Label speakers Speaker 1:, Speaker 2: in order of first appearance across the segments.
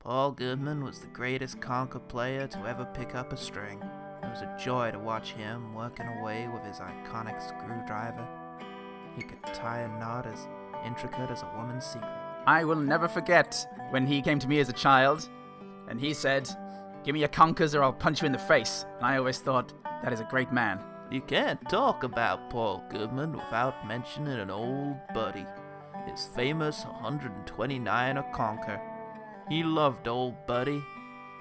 Speaker 1: Paul Goodman was the greatest conker player to ever pick up a string. It was a joy to watch him working away with his iconic screwdriver. He could tie a knot as intricate as a woman's secret.
Speaker 2: I will never forget when he came to me as a child and he said, Give me your conkers or I'll punch you in the face. And I always thought, That is a great man.
Speaker 1: You can't talk about Paul Goodman without mentioning an old buddy, his famous 129 a conker. He loved old buddy,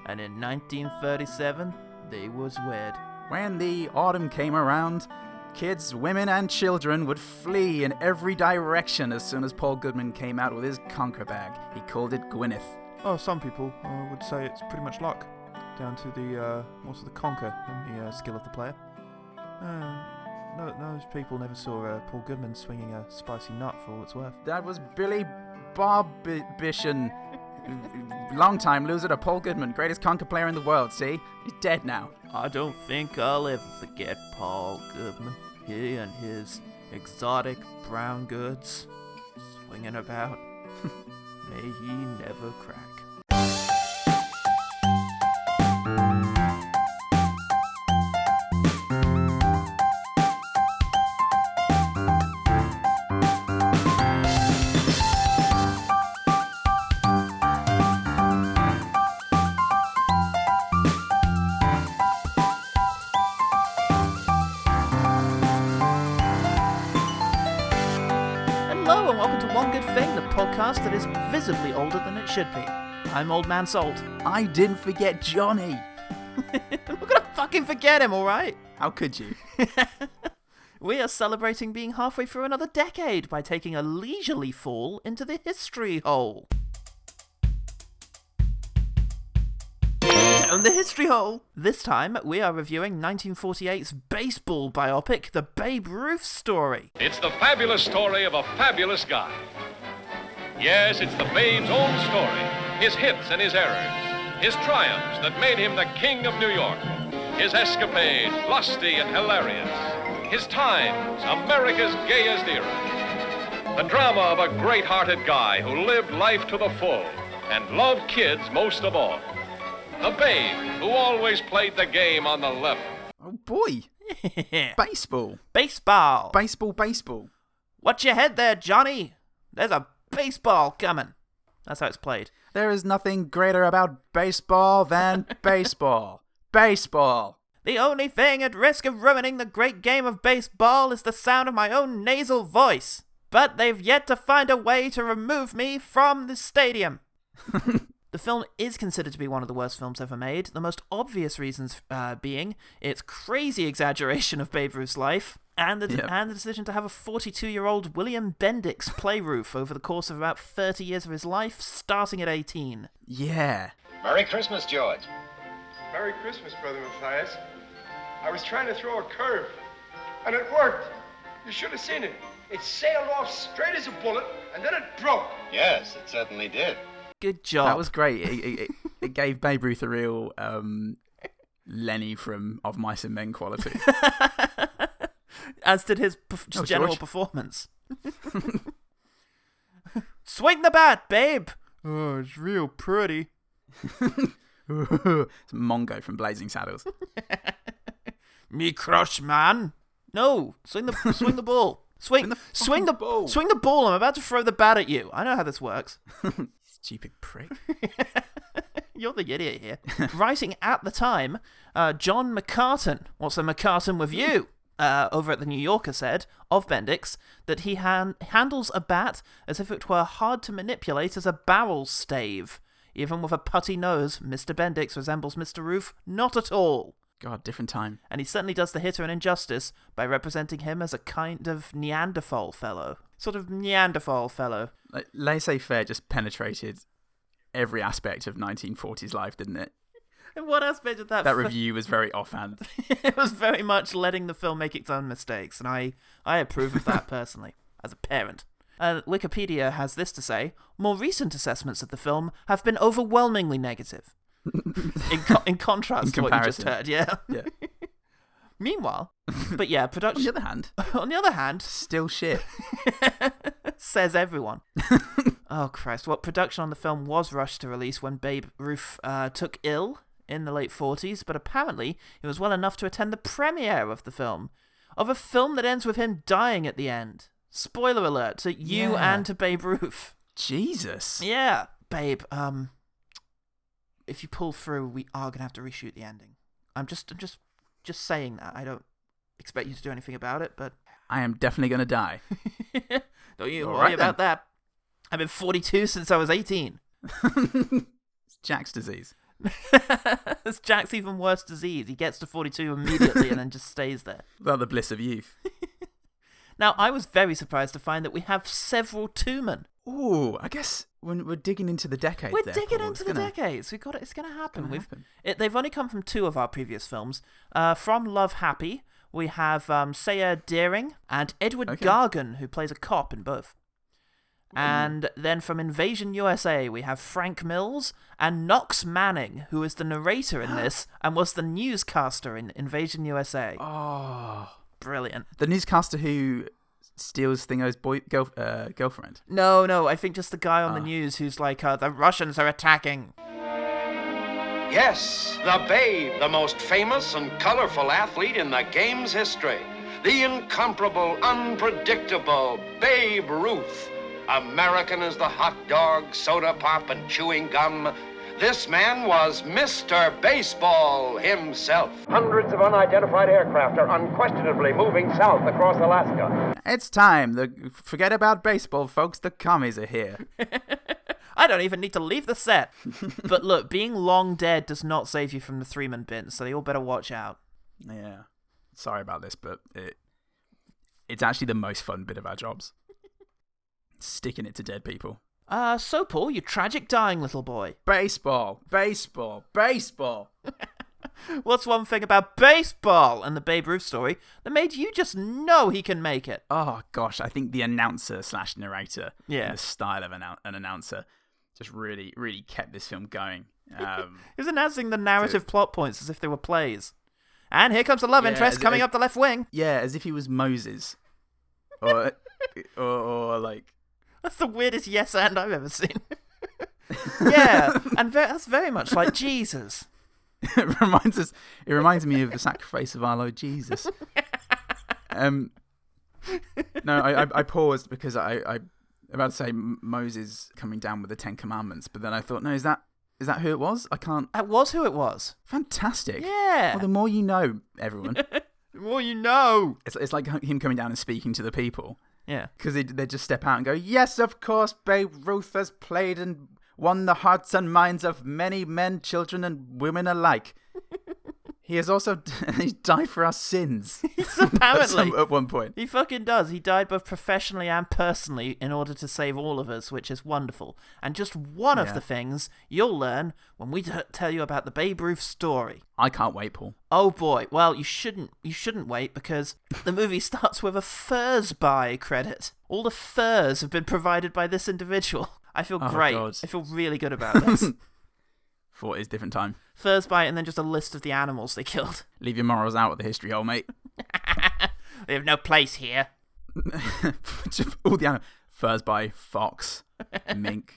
Speaker 1: and in 1937 they was wed.
Speaker 2: When the autumn came around, kids, women, and children would flee in every direction as soon as Paul Goodman came out with his conker bag. He called it Gwyneth.
Speaker 3: Oh, some people uh, would say it's pretty much luck, down to the uh, more to the conquer than the uh, skill of the player. Uh, no, those people never saw uh, Paul Goodman swinging a spicy nut for all it's worth.
Speaker 2: That was Billy Barbishan, long time loser to Paul Goodman, greatest conker player in the world. See, he's dead now.
Speaker 1: I don't think I'll ever forget Paul Goodman. He and his exotic brown goods swinging about. May he never crack. Hello and welcome to One Good Thing, the podcast that is visibly older than it should be. I'm Old Man Salt.
Speaker 2: I didn't forget Johnny.
Speaker 1: I'm not gonna fucking forget him, alright?
Speaker 2: How could you?
Speaker 1: We are celebrating being halfway through another decade by taking a leisurely fall into the history hole. Down the history hole! This time, we are reviewing 1948's baseball biopic, The Babe Ruth Story.
Speaker 4: It's the fabulous story of a fabulous guy. Yes, it's the babe's own story, his hits and his errors, his triumphs that made him the king of New York, his escapades, lusty and hilarious, his times, America's gayest era. The drama of a great hearted guy who lived life to the full and loved kids most of all. The babe who always played the game on the level.
Speaker 2: Oh boy, baseball,
Speaker 1: Baseball!
Speaker 2: baseball, baseball.
Speaker 1: Watch your head there, Johnny! There's a baseball coming! That's how it's played.
Speaker 2: There is nothing greater about baseball than baseball. Baseball.
Speaker 1: The only thing at risk of ruining the great game of baseball is the sound of my own nasal voice. But they've yet to find a way to remove me from the stadium. the film is considered to be one of the worst films ever made, the most obvious reasons uh, being its crazy exaggeration of Babe Ruth's life. And the,
Speaker 2: Yep.
Speaker 1: and the decision to have a 42 year old William Bendix play Ruth over the course of about 30 years of his life, starting at 18.
Speaker 2: Yeah.
Speaker 5: Merry Christmas, George.
Speaker 6: Merry Christmas, Brother Matthias. I was trying to throw a curve, and it worked. You should have seen it. It sailed off straight as a bullet, and then it broke.
Speaker 5: Yes, it certainly did.
Speaker 1: Good job.
Speaker 2: That was great. It, it, it- it gave Babe Ruth a real um, Lenny from Of Mice and Men quality.
Speaker 1: as did his perf- just
Speaker 2: Oh,
Speaker 1: general
Speaker 2: George.
Speaker 1: performance. Swing the bat, babe.
Speaker 3: Oh, it's real pretty.
Speaker 2: it's Mongo from Blazing Saddles.
Speaker 1: Me crush, man. No, swing the swing the ball. Swing,
Speaker 2: Swing the
Speaker 1: swing
Speaker 2: fucking
Speaker 1: the
Speaker 2: ball.
Speaker 1: swing the ball. I'm about to throw the bat at you. I know how this works.
Speaker 2: Stupid prick.
Speaker 1: You're the idiot here. Writing at the time, uh, John McCartan, what's a McCartan with you? Uh, over at the New Yorker said of Bendix that he han- handles a bat as if it were hard to manipulate as a barrel stave. Even with a putty nose, Mr. Bendix resembles Mr. Roof not at all.
Speaker 2: God, different time.
Speaker 1: And he certainly does the hitter an injustice by representing him as a kind of Neanderthal fellow. Sort of Neanderthal fellow.
Speaker 2: Like, Laissez faire just penetrated every aspect of 1940s life, didn't it?
Speaker 1: And what aspect of that
Speaker 2: That
Speaker 1: fe-
Speaker 2: review was very offhand.
Speaker 1: it was very much letting the film make its own mistakes, and I, I approve of that personally, as a parent. Uh, Wikipedia has this to say more recent assessments of the film have been overwhelmingly negative. in, co- in contrast
Speaker 2: In
Speaker 1: to what you just heard,
Speaker 2: comparison.
Speaker 1: yeah.
Speaker 2: Yeah.
Speaker 1: Meanwhile, but yeah,
Speaker 2: On the
Speaker 1: production.
Speaker 2: other hand,
Speaker 1: on the other hand,
Speaker 2: still shit.
Speaker 1: says everyone. Oh Christ! Well, production on the film was rushed to release when Babe Ruth uh, took ill in the late forties, but apparently he was well enough to attend the premiere of the film, of a film that ends with him dying at the end. Spoiler alert to you
Speaker 2: Yeah.
Speaker 1: and to Babe Ruth.
Speaker 2: Jesus.
Speaker 1: Yeah, Babe. Um, if you pull through, we are gonna have to reshoot the ending. I'm just, I'm just, just saying that. I don't expect you to do anything about it, but
Speaker 2: I am definitely going to die.
Speaker 1: don't you
Speaker 2: All
Speaker 1: worry
Speaker 2: right
Speaker 1: about that. I've been 42 since I was 18.
Speaker 2: It's Jack's disease.
Speaker 1: It's Jack's even worse disease. He gets to 42 immediately and then just stays there.
Speaker 2: Without the bliss of youth.
Speaker 1: Now, I was very surprised to find that we have several two men.
Speaker 2: Ooh, I guess when we're digging into the decades.
Speaker 1: We're
Speaker 2: there,
Speaker 1: digging
Speaker 2: Paul,
Speaker 1: into
Speaker 2: it's
Speaker 1: the
Speaker 2: gonna-
Speaker 1: decades. We got it. It's going to happen.
Speaker 2: gonna
Speaker 1: We've
Speaker 2: happen.
Speaker 1: it, they've only come from two of our previous films. Uh, from Love Happy, we have um, Sayer Deering and Edward
Speaker 2: Okay.
Speaker 1: Gargan, who plays a cop in both. And then from Invasion USA, we have Frank Mills and Knox Manning, who is the narrator in this and was the newscaster in Invasion USA.
Speaker 2: Oh.
Speaker 1: Brilliant.
Speaker 2: The newscaster who steals Thingo's boy girl, uh, girlfriend.
Speaker 1: No, no, I think just the guy on the
Speaker 2: Ah.
Speaker 1: news who's like, uh, the Russians are attacking.
Speaker 5: Yes, the Babe, the most famous and colorful athlete in the game's history. The incomparable, unpredictable Babe Ruth. American as the hot dog, soda pop, and chewing gum. This man was Mr. Baseball himself. Hundreds of unidentified aircraft are unquestionably moving south across Alaska.
Speaker 2: It's time. The forget about baseball, folks. The commies are here.
Speaker 1: I don't even need to leave the set. but look, being long dead does not save you from the three man bin, so they all better watch out.
Speaker 2: yeah. Sorry about this, but it it's actually the most fun bit of our jobs. Sticking it to dead people.
Speaker 1: Uh, so Paul, you tragic dying little boy.
Speaker 2: Baseball, baseball, baseball.
Speaker 1: What's one thing about baseball and the Babe Ruth story that made you just know he can make it?
Speaker 2: Oh gosh, I think the announcer slash narrator, and
Speaker 1: Yeah.
Speaker 2: the style of annou- an announcer, just really, really kept this film going. Um,
Speaker 1: He was announcing the narrative plot points as if they were plays. And here comes the love
Speaker 2: Yeah,
Speaker 1: interest
Speaker 2: as-
Speaker 1: coming
Speaker 2: as-
Speaker 1: up the left wing.
Speaker 2: yeah, as if he was Moses, or, or, or like
Speaker 1: That's the weirdest yes and I've ever seen. yeah, and ve- that's very much like Jesus.
Speaker 2: it reminds us. It reminds me of the sacrifice of our Lord Jesus. Um, no, I, I, I paused because I, I about to say M- Moses coming down with the Ten Commandments, but then I thought, no, is that is that who it was? I can't.
Speaker 1: That was who it was.
Speaker 2: Fantastic.
Speaker 1: Yeah.
Speaker 2: Well, the more you know, everyone.
Speaker 1: Well, you know.
Speaker 2: it's it's like him coming down and speaking to the people
Speaker 1: Yeah.
Speaker 2: because they they just step out and go, yes, of course, Babe Ruth has played and won the hearts and minds of many men, children, and women alike. he has also he died for our sins. at,
Speaker 1: Apparently.
Speaker 2: some, at one point.
Speaker 1: He fucking does. He died both professionally and personally in order to save all of us, which is wonderful. And just one of
Speaker 2: Yeah.
Speaker 1: the things you'll learn when we t- tell you about the Babe Ruth story.
Speaker 2: I can't wait, Paul.
Speaker 1: Oh boy! Well, you shouldn't. You shouldn't wait because the movie starts with a furs buy credit. All the furs have been provided by this individual. I feel
Speaker 2: Oh,
Speaker 1: great.
Speaker 2: God.
Speaker 1: I feel really good about this.
Speaker 2: For it is different time.
Speaker 1: furs buy, and then just a list of the animals they killed.
Speaker 2: Leave your morals out of the history hole, mate.
Speaker 1: They have no place here.
Speaker 2: Just All the anim- furs by fox, mink,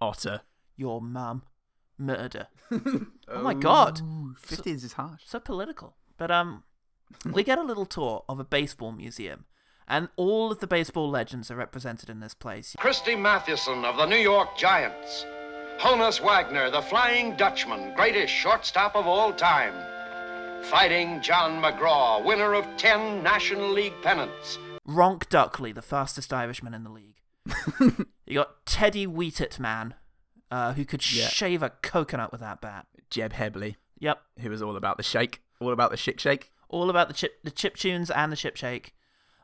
Speaker 2: otter.
Speaker 1: Your mum, murder. oh my god!
Speaker 2: Fifties is harsh.
Speaker 1: so political. But um, we get a little tour of a baseball museum, and all of the baseball legends are represented in this place.
Speaker 5: Christy Mathewson of the New York Giants. Honus Wagner, the Flying Dutchman, greatest shortstop of all time. Fighting John McGraw, winner of 10 National League pennants.
Speaker 1: Ronk Duckley, the fastest Irishman in the league. you got Teddy Wheatit, man, uh, who could
Speaker 2: Yeah.
Speaker 1: shave a coconut with that bat.
Speaker 2: Jeb Hebley,
Speaker 1: Yep,
Speaker 2: who was all about the shake, all about the shik shake.
Speaker 1: all about the chip, the chip tunes and the chip shake.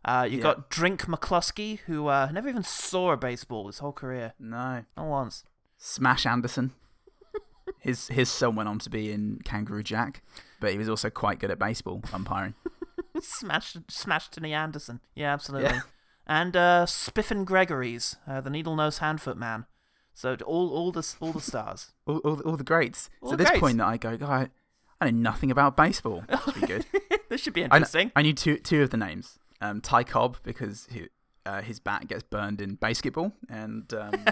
Speaker 1: Uh, you
Speaker 2: Yeah.
Speaker 1: got Drink McCluskey, who uh, never even saw a baseball his whole career,
Speaker 2: No.
Speaker 1: not once.
Speaker 2: Smash Anderson. His his son went on to be in Kangaroo Jack, but he was also quite good at baseball umpiring.
Speaker 1: smashed smashed Tony Anderson. Yeah, absolutely.
Speaker 2: Yeah.
Speaker 1: And uh, Spiffin Gregory's, uh, the needle nose handfoot man. So d- all all the s- all the stars.
Speaker 2: all, all, all the greats.
Speaker 1: All
Speaker 2: so at
Speaker 1: the
Speaker 2: this
Speaker 1: greats.
Speaker 2: point that I go, God, I know nothing about baseball. That should be good. uh,
Speaker 1: this should be
Speaker 2: I, kn-
Speaker 1: interesting.
Speaker 2: I knew two two of the names. Um, Ty Cobb because he, uh, his bat gets burned in basketball, and um,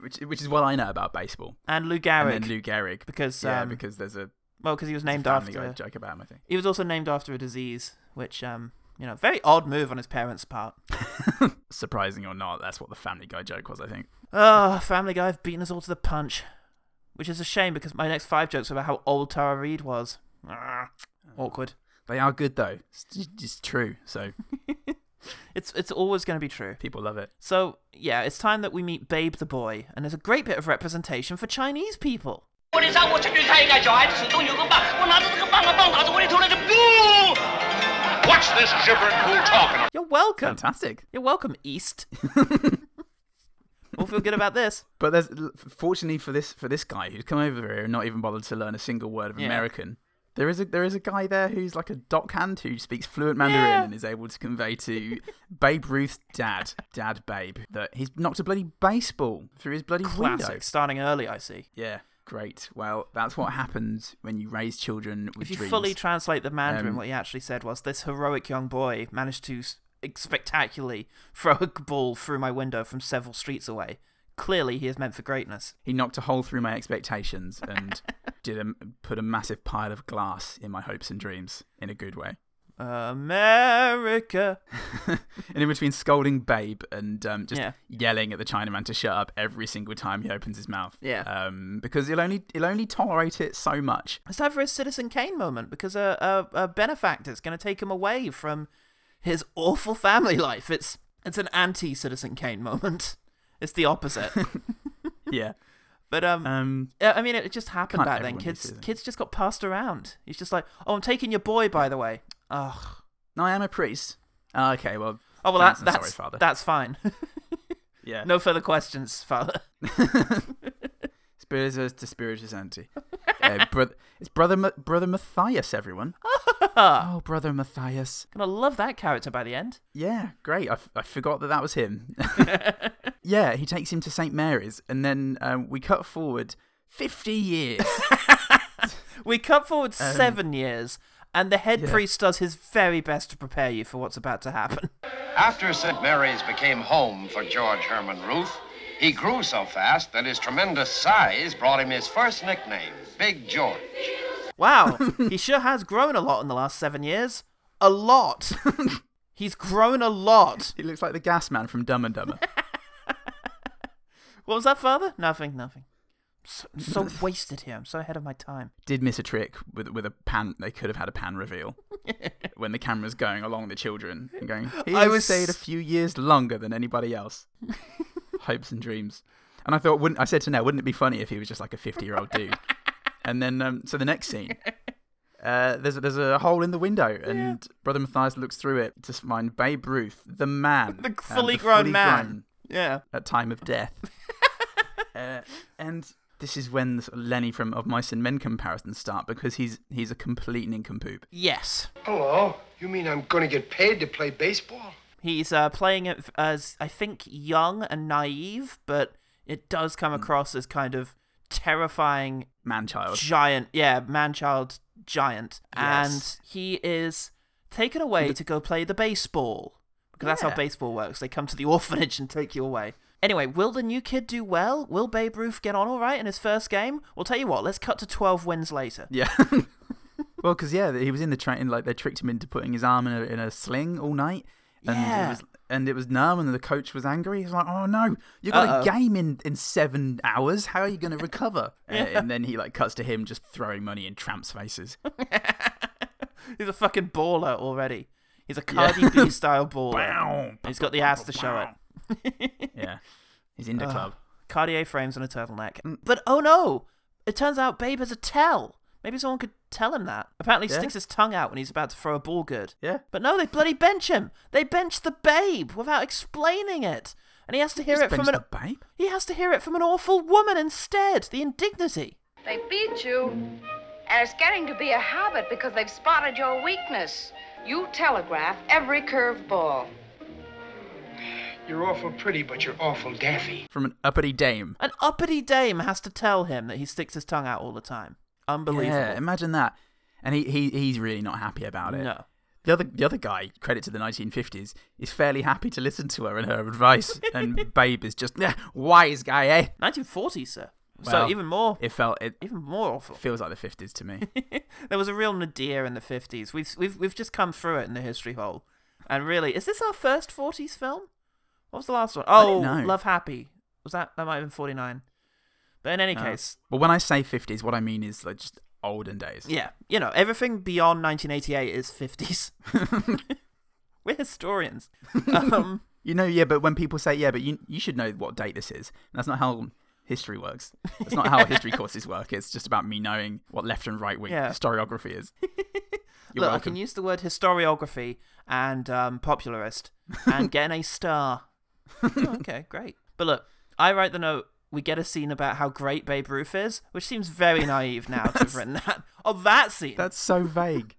Speaker 2: which which is what I know about baseball.
Speaker 1: and Lou
Speaker 2: And
Speaker 1: Gehrig.
Speaker 2: then Lou Gehrig,
Speaker 1: because,
Speaker 2: yeah,
Speaker 1: um,
Speaker 2: because there's a
Speaker 1: well, because he was named
Speaker 2: family
Speaker 1: after.
Speaker 2: guy joke about him. I think
Speaker 1: He was also named after a disease, which um, you know, very odd move on his parents' part.
Speaker 2: surprising or not, that's what the Family Guy joke was. I think.
Speaker 1: Oh, Family Guy have beaten us all to the punch, which is a shame because my next five jokes are about how old Tara Reid was. Ah, awkward.
Speaker 2: They are good though. It's, j- it's true, so
Speaker 1: It's it's always going to be true.
Speaker 2: people love it.
Speaker 1: So yeah, it's time that we meet Babe the boy, and there's a great bit of representation for Chinese people.
Speaker 7: 我得上我去看一看，小孩子手中有根棒，我拿着这个棒啊棒打着我的头来就不。
Speaker 4: What's this gibbering fool talking
Speaker 1: You're welcome.
Speaker 2: Fantastic.
Speaker 1: You're welcome, East. all feel good about this.
Speaker 2: But there's l- fortunately for this for this guy who's come over here and not even bothered to learn a single word of
Speaker 1: Yeah.
Speaker 2: American. There is a there is a guy there who's like a dockhand who speaks fluent Mandarin
Speaker 1: Yeah.
Speaker 2: and is able to convey to Babe Ruth's dad, Dad Babe, that he's knocked a bloody baseball through his bloody
Speaker 1: Classic.
Speaker 2: window.
Speaker 1: Starting early, I see.
Speaker 2: Yeah, great. Well, that's what happens when you raise children with
Speaker 1: If you
Speaker 2: dreams.
Speaker 1: fully translate the Mandarin,
Speaker 2: Um,
Speaker 1: what he actually said was, "This heroic young boy managed to s- spectacularly throw a ball through my window from several streets away. Clearly, he is meant for greatness."
Speaker 2: he knocked a hole through my expectations and did a, put a massive pile of glass in my hopes and dreams in a good way.
Speaker 1: America.
Speaker 2: And in between scolding Babe and um, just
Speaker 1: Yeah.
Speaker 2: yelling at the Chinaman to shut up every single time he opens his mouth.
Speaker 1: Yeah.
Speaker 2: Um, because he'll only he'll only tolerate it so much.
Speaker 1: It's time for his Citizen Kane moment because a a, a benefactor's going to take him away from his awful family life. It's it's an anti Citizen Kane moment. It's the opposite.
Speaker 2: Yeah.
Speaker 1: but um,
Speaker 2: Um,
Speaker 1: Yeah, I mean, it just happened
Speaker 2: Can't
Speaker 1: back then.
Speaker 2: everyone be
Speaker 1: Kids,
Speaker 2: Susan?
Speaker 1: kids just got passed around. He's just like, "Oh, I'm taking your boy, by the way." Ugh.
Speaker 2: no, I am a priest. Ah, okay. Well.
Speaker 1: Oh well,
Speaker 2: thanks
Speaker 1: that,
Speaker 2: and
Speaker 1: that's
Speaker 2: sorry, Father.
Speaker 1: that's fine.
Speaker 2: yeah.
Speaker 1: no further questions, father.
Speaker 2: Spiritus to Spiritus Anti. uh, brother, it's brother Ma- brother Matthias. Everyone. oh, brother Matthias.
Speaker 1: Gonna love that character by the end.
Speaker 2: Yeah, great. I, f- I forgot that that was him. yeah, he takes him to St. Mary's, and then um, we cut forward 50 years.
Speaker 1: We cut forward seven years, and the head
Speaker 2: Um, yeah.
Speaker 1: priest does his very best to prepare you for what's about to happen.
Speaker 5: After St. Mary's became home for George Herman Ruth, he grew so fast that his tremendous size brought him his first nickname, Big George.
Speaker 1: Wow, he sure has grown a lot in the last seven years. A lot. He's grown a lot.
Speaker 2: he looks like the gas man from Dumb and Dumber.
Speaker 1: What was that, father? Nothing. Nothing. So, so wasted here. I'm so ahead of my time.
Speaker 2: Did miss a trick with with a pan. They could have had a pan reveal when the camera's going along the children and going. He
Speaker 1: I
Speaker 2: I
Speaker 1: was-
Speaker 2: was stayed a few years longer than anybody else. Hopes and dreams. And I thought, wouldn't I said to Nell, wouldn't it be funny if he was just like a 50 year old dude? and then, um, so the next scene, uh, there's a, there's a hole in the window, and Brother Matthias looks through it to find Babe Ruth, the man,
Speaker 1: The
Speaker 2: um,
Speaker 1: fully grown man. Yeah.
Speaker 2: at time of death. uh, and this is when the sort of Lenny from Of Mice and Men comparisons start because he's he's a complete nincompoop.
Speaker 1: Yes.
Speaker 6: Hello? You mean I'm gonna get paid to play baseball?
Speaker 1: He's uh, playing it f- as, I think, young and naive, but it does come across as kind of terrifying
Speaker 2: Man child.
Speaker 1: giant. Yeah, man child giant.
Speaker 2: Yes.
Speaker 1: And he is taken away to go play the baseball. Because that's how
Speaker 2: Yeah.
Speaker 1: baseball works. They come to the orphanage and take you away. Anyway, will the new kid do well? Will Babe Ruth get on all right in his first game? Well, tell you what, let's cut to 12 wins later.
Speaker 2: Yeah. well, because yeah, he was in the train. Like they tricked him into putting his arm in a, in a sling all night. And
Speaker 1: Yeah.
Speaker 2: It was, and it was numb, and the coach was angry. He was like, "Oh no, you got
Speaker 1: Uh-oh.
Speaker 2: a game in, in seven hours. How are you going to recover?" Uh, and then he like cuts to him just throwing money in tramps' faces.
Speaker 1: He's a fucking baller already. He's a Cardi B style baller.
Speaker 2: Bow.
Speaker 1: He's got the ass to show it.
Speaker 2: yeah, he's in the club.
Speaker 1: Cartier frames and a turtleneck. But oh no! It turns out Babe has a tell. Maybe someone could tell him that. Apparently, he
Speaker 2: Yeah.
Speaker 1: sticks his tongue out when he's about to throw a ball good.
Speaker 2: Yeah.
Speaker 1: But no, they bloody bench him. They bench the Babe without explaining it, and he has to hear
Speaker 2: Just
Speaker 1: it from
Speaker 2: bench
Speaker 1: an
Speaker 2: the babe.
Speaker 1: he has to hear it from an awful woman instead. The indignity.
Speaker 8: They beat you. And it's getting to be a habit because they've spotted your weakness. You telegraph every curveball.
Speaker 6: You're awful pretty, but you're awful daffy.
Speaker 2: from an uppity dame.
Speaker 1: An uppity dame has to tell him that he sticks his tongue out all the time. Unbelievable.
Speaker 2: Yeah, imagine that. And he, he he's really not happy about it.
Speaker 1: No.
Speaker 2: The other the other guy, credit to the 1950s, is fairly happy to listen to her and her advice, and Babe is just "Nah, wise guy, eh?
Speaker 1: 1940, sir. so
Speaker 2: Well,
Speaker 1: even more,
Speaker 2: It felt it
Speaker 1: even more awful.
Speaker 2: feels like the 50s to me.
Speaker 1: there was a real nadir in the 50s. We've we've we've just come through it in the history hole. And really, is this our first 40s film? What was the last one? Oh,
Speaker 2: don't know.
Speaker 1: Love Happy. Was that that might have been 49. But in any case,
Speaker 2: But when I say 50s, what I mean is like just olden days.
Speaker 1: yeah, you know, everything beyond 1988 is 50s. We're historians. Um,
Speaker 2: You know, yeah, but when people say, yeah, but you you should know what date this is. And that's not how history works. That's not how history courses work. It's just about me knowing what left and right wing
Speaker 1: Yeah.
Speaker 2: historiography is. You're
Speaker 1: look, I
Speaker 2: welcome.
Speaker 1: can use the word historiography and um, popularist and get an A star. Oh, okay, great. But look, I write the note. We get a scene about how great Babe Ruth is, which seems very naive now to have written that. Oh, that scene.
Speaker 2: That's so vague.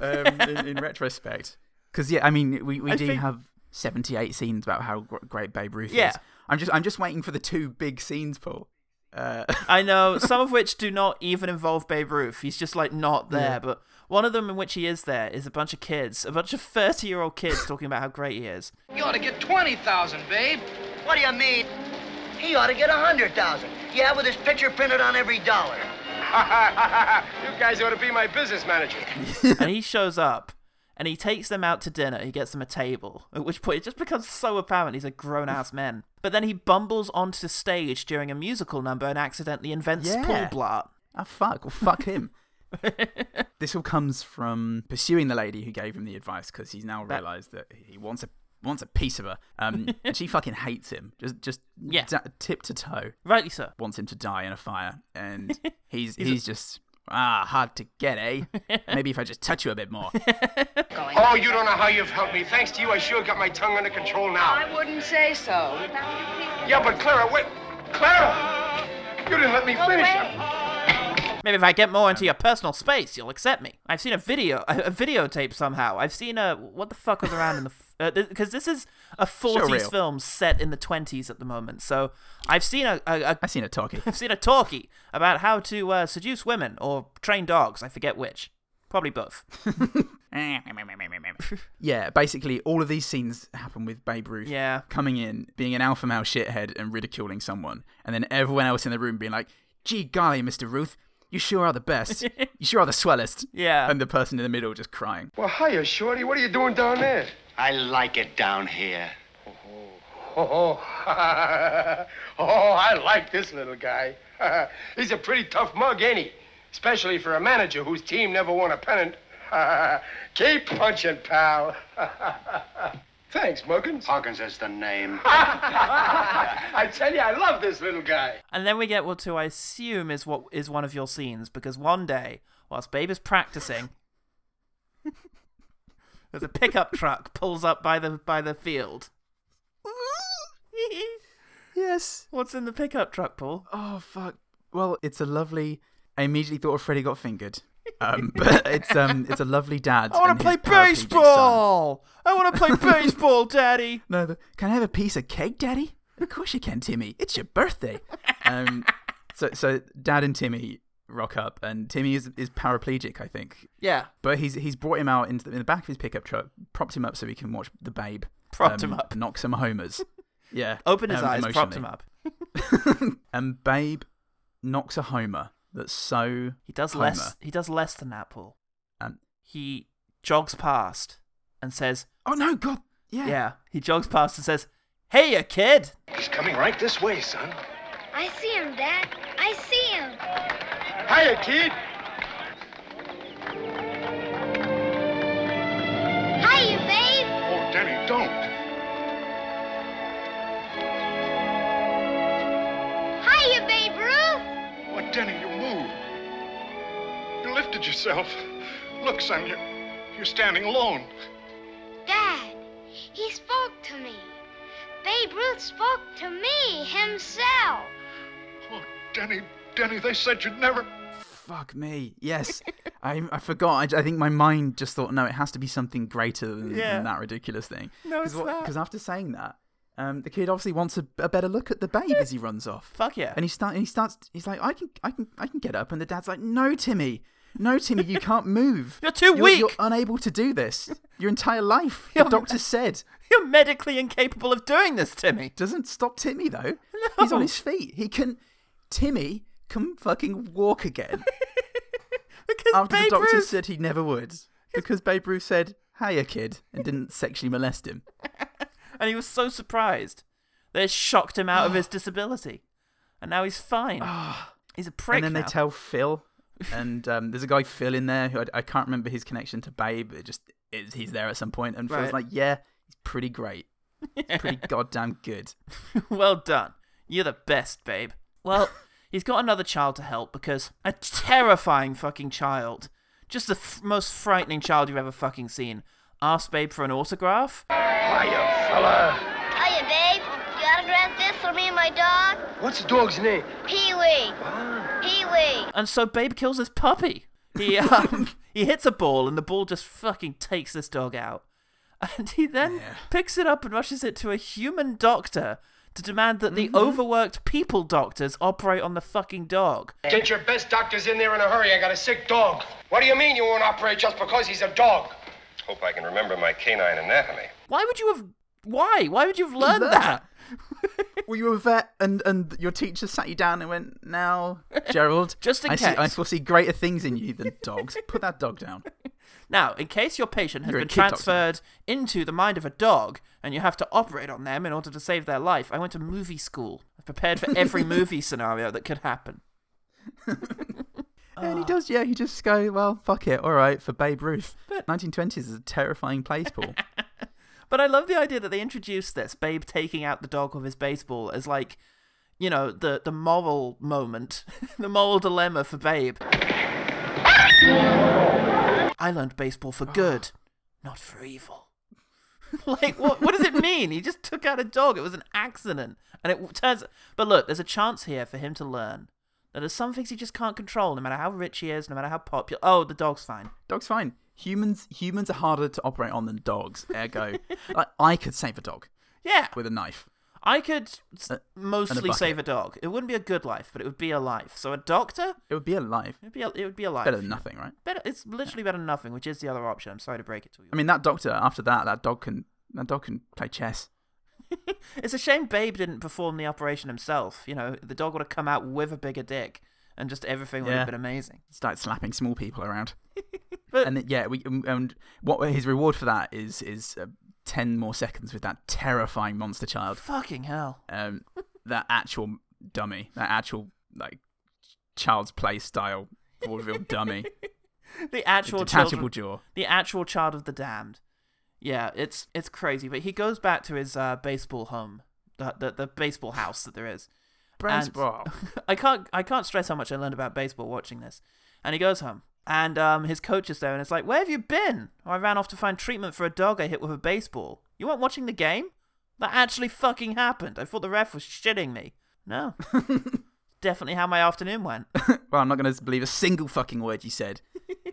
Speaker 2: um, in, in retrospect, because yeah, I mean, we, we
Speaker 1: I
Speaker 2: do
Speaker 1: think-
Speaker 2: have seventy-eight scenes about how gr- great Babe Ruth
Speaker 1: Yeah.
Speaker 2: is. I'm just I'm just waiting for the two big scenes, Paul. Uh,
Speaker 1: I know some of which do not even involve Babe Ruth. He's just like not there. But one of them in which he is there is a bunch of kids, a bunch of thirty-year-old kids talking about how great he is.
Speaker 7: You ought to get 20,000, babe. What do you mean? He ought to get 100,000. Yeah, with his picture printed on every dollar.
Speaker 6: you guys ought to be my business manager.
Speaker 1: and he shows up and he takes them out to dinner. He gets them a table, at which point it just becomes so apparent these are grown ass men. But then he bumbles onto stage during a musical number and accidentally invents
Speaker 2: Yeah.
Speaker 1: Paul Blart.
Speaker 2: oh fuck! Well, fuck him. this all comes from pursuing the lady who gave him the advice because he's now realised that he wants a wants a piece of her. Um, and she fucking hates him, just just
Speaker 1: Yeah.
Speaker 2: da- tip to toe.
Speaker 1: Rightly so.
Speaker 2: wants him to die in a fire, and he's he's, just ah hard to get, eh? Maybe if I just touch you a bit more.
Speaker 6: Oh, you don't know how you've helped me. Thanks to you, I sure got my tongue under control now.
Speaker 8: I wouldn't say so. Now, would you please-
Speaker 6: Yeah, but Clara, wait. Clara! You didn't let me
Speaker 8: Oh,
Speaker 6: finish.
Speaker 8: wait.
Speaker 1: Maybe if I get more into your personal space, you'll accept me. I've seen a video, a, a videotape somehow. I've seen a what the fuck was around in the because uh, th- 'cause this is a forties
Speaker 2: Showreel.
Speaker 1: film set in the twenties at the moment. So I've seen a, a, a
Speaker 2: I've seen a talkie.
Speaker 1: I've seen a talkie about how to uh, seduce women or train dogs. I forget which. Probably both.
Speaker 2: yeah, basically all of these scenes happen with Babe Ruth
Speaker 1: Yeah.
Speaker 2: coming in, being an alpha male shithead and ridiculing someone, and then everyone else in the room being like, "Gee golly, Mr. Ruth, you sure are the best. you sure are the swellest."
Speaker 1: Yeah.
Speaker 2: and the person in the middle just crying.
Speaker 6: Well, hiya, Shorty. What are you doing down there?
Speaker 5: I like it down here.
Speaker 6: Oh, oh, I like this little guy. He's a pretty tough mug, ain't he? Especially for a manager whose team never won a pennant. Keep punching, pal. Thanks, Muggins.
Speaker 5: Hawkins is the name.
Speaker 6: I tell you, I love this little guy.
Speaker 1: And then we get what to I assume is what is one of your scenes because one day, whilst Babe is practicing, there's a pickup truck pulls up by the by the field.
Speaker 2: Yes.
Speaker 1: What's in the pickup truck, Paul?
Speaker 2: Oh fuck. Well, it's a lovely. I immediately thought of Freddy Got Fingered. Um, but it's um, it's a lovely dad.
Speaker 1: I want
Speaker 2: and
Speaker 1: to
Speaker 2: his
Speaker 1: play
Speaker 2: paraplegic son.
Speaker 1: baseball. I want to play baseball, Daddy.
Speaker 2: No, the, can I have a piece of cake, Daddy? Of course you can, Timmy. It's your birthday. Um, so so Dad and Timmy rock up, and Timmy is is paraplegic, I think.
Speaker 1: Yeah,
Speaker 2: But he's he's brought him out into the, in the back of his pickup truck, propped him up so he can watch the babe. um,
Speaker 1: Propped him up.
Speaker 2: knock some homers. Yeah,
Speaker 1: open his
Speaker 2: um,
Speaker 1: eyes, propped
Speaker 2: emotionally.
Speaker 1: him up.
Speaker 2: and Babe knocks a homer that's so
Speaker 1: He does
Speaker 2: Homer.
Speaker 1: less. He does less than that, Paul.
Speaker 2: Um,
Speaker 1: He jogs past and says,
Speaker 2: oh no, God, yeah,
Speaker 1: "Yeah." He jogs past and says, "Hey, you kid."
Speaker 6: He's coming right this way, son.
Speaker 9: I see him, Dad. I see him.
Speaker 6: Hiya, kid.
Speaker 9: Hi, you babe.
Speaker 5: Oh, Danny, don't.
Speaker 9: Hi, you babe Ruth.
Speaker 5: Why, Danny, you moved. You lifted yourself. Look, son, you're, you're standing alone.
Speaker 9: Dad, he spoke to me. Babe Ruth spoke to me himself.
Speaker 5: Oh, Danny, Danny, they said you'd never.
Speaker 2: Fuck me. Yes. I, I forgot. I, I think my mind just thought, no, it has to be something greater than,
Speaker 1: Yeah.
Speaker 2: than that ridiculous thing.
Speaker 1: No, it's that.
Speaker 2: Because after saying that, um, the kid obviously wants a, a better look at the babe as he runs off.
Speaker 1: Fuck yeah.
Speaker 2: And he start, and he starts. He's like, I can, I can, I can get up. And the dad's like, No, Timmy, No, Timmy, you can't move.
Speaker 1: You're too weak."
Speaker 2: You're unable to do this. Your entire life. The
Speaker 1: You're-
Speaker 2: doctor said.
Speaker 1: You're medically incapable of doing this, Timmy.
Speaker 2: Doesn't stop Timmy though. He's on his feet. He can. Timmy can fucking walk again.
Speaker 1: Because
Speaker 2: After
Speaker 1: Babe
Speaker 2: the doctor
Speaker 1: Ruth-
Speaker 2: said he never would, because Babe Ruth said, "Hiya, kid," and didn't sexually molest him.
Speaker 1: and he was so surprised. They shocked him out of his disability, and now he's fine. he's a prick.
Speaker 2: Ah. and then
Speaker 1: now.
Speaker 2: they tell Phil, and um, there's a guy Phil in there who I, I can't remember his connection to Babe. It just is he's there at some point, and
Speaker 1: Right.
Speaker 2: Phil's like, "Yeah, he's pretty great. He's pretty goddamn good."
Speaker 1: well done. You're the best, babe. Well, he's got another child to help because a terrifying fucking child, just the f- most frightening child you've ever fucking seen, asked Babe for an autograph.
Speaker 6: Hiya, fella.
Speaker 9: Hiya, babe. You autograph this for me and my dog?
Speaker 6: What's the dog's name?
Speaker 9: Pee Wee. Pee Wee.
Speaker 1: And so Babe kills his puppy. He um, he hits a ball, and the ball just fucking takes this dog out. And he then picks it up and rushes it to a human doctor to demand that
Speaker 2: Mm-hmm.
Speaker 1: the overworked people doctors operate on the fucking dog.
Speaker 6: Get your best doctors in there in a hurry. I got a sick dog. What do you mean you won't operate just because he's a dog? Hope I can remember my canine anatomy.
Speaker 1: Why would you have? Why? Why would you have learned that?
Speaker 2: Were you a vet? And and your teacher sat you down and went, "Now, Gerald,
Speaker 1: Just in
Speaker 2: I See, I
Speaker 1: case."
Speaker 2: foresee greater things in you than dogs. Put that dog down."
Speaker 1: Now, in case your patient has
Speaker 2: You're a
Speaker 1: been
Speaker 2: kid doctor.
Speaker 1: transferred into the mind of a dog and you have to operate on them in order to save their life, I went to movie school. I prepared for every movie scenario that could happen.
Speaker 2: And
Speaker 1: Ah.
Speaker 2: he does, yeah. He just go, well, fuck it, all right, for Babe Ruth. 1920s is a terrifying place, Paul.
Speaker 1: But I love the idea that they introduced this Babe taking out the dog with his baseball as like, you know, the the moral moment, the moral dilemma for Babe. I learned baseball for good, not for evil. like what what does it mean? He just took out a dog. It was an accident. And it w- turns But look, there's a chance here for him to learn that there's some things he just can't control no matter how rich he is, no matter how popular. Oh, the dog's fine.
Speaker 2: Dogs fine. Humans humans are harder to operate on than dogs. Ergo, like, I could save a dog
Speaker 1: Yeah.
Speaker 2: with a knife.
Speaker 1: I could s
Speaker 2: A- Uh, and a
Speaker 1: mostly
Speaker 2: bucket.
Speaker 1: save a dog. It wouldn't be a good life, but it would be a life. So a doctor,
Speaker 2: It would be a life.
Speaker 1: it'd be a, it would be a life.
Speaker 2: Better than nothing, right?
Speaker 1: Better- it's literally better than nothing, which is the other option. I'm sorry to break it to you.
Speaker 2: I mean, that doctor. After that, that dog can that dog can play chess.
Speaker 1: It's a shame Babe didn't perform the operation himself. You know, the dog would have come out with a bigger dick, and just everything would
Speaker 2: Yeah.
Speaker 1: have been amazing.
Speaker 2: Start slapping small people around.
Speaker 1: But-
Speaker 2: and then, yeah, we um, and what his reward for that is is uh, ten more seconds with that terrifying monster child.
Speaker 1: Fucking hell!
Speaker 2: um, that actual dummy, that actual like child's play style vaudeville dummy,
Speaker 1: The
Speaker 2: the
Speaker 1: actual
Speaker 2: detachable
Speaker 1: children,
Speaker 2: jaw.
Speaker 1: the actual child of the damned. Yeah, it's it's crazy. But he goes back to his uh, baseball home, the, the the baseball house that there is. And-
Speaker 2: Baseball.
Speaker 1: I can't I can't stress how much I learned about baseball watching this. And he goes home. And um, his coach is there and it's like, Where have you been? Oh, I ran off to find treatment for a dog I hit with a baseball. You weren't watching the game? That actually fucking happened. I thought the ref was shitting me. No. Definitely how my afternoon went.
Speaker 2: well, I'm not going to believe a single fucking word you said.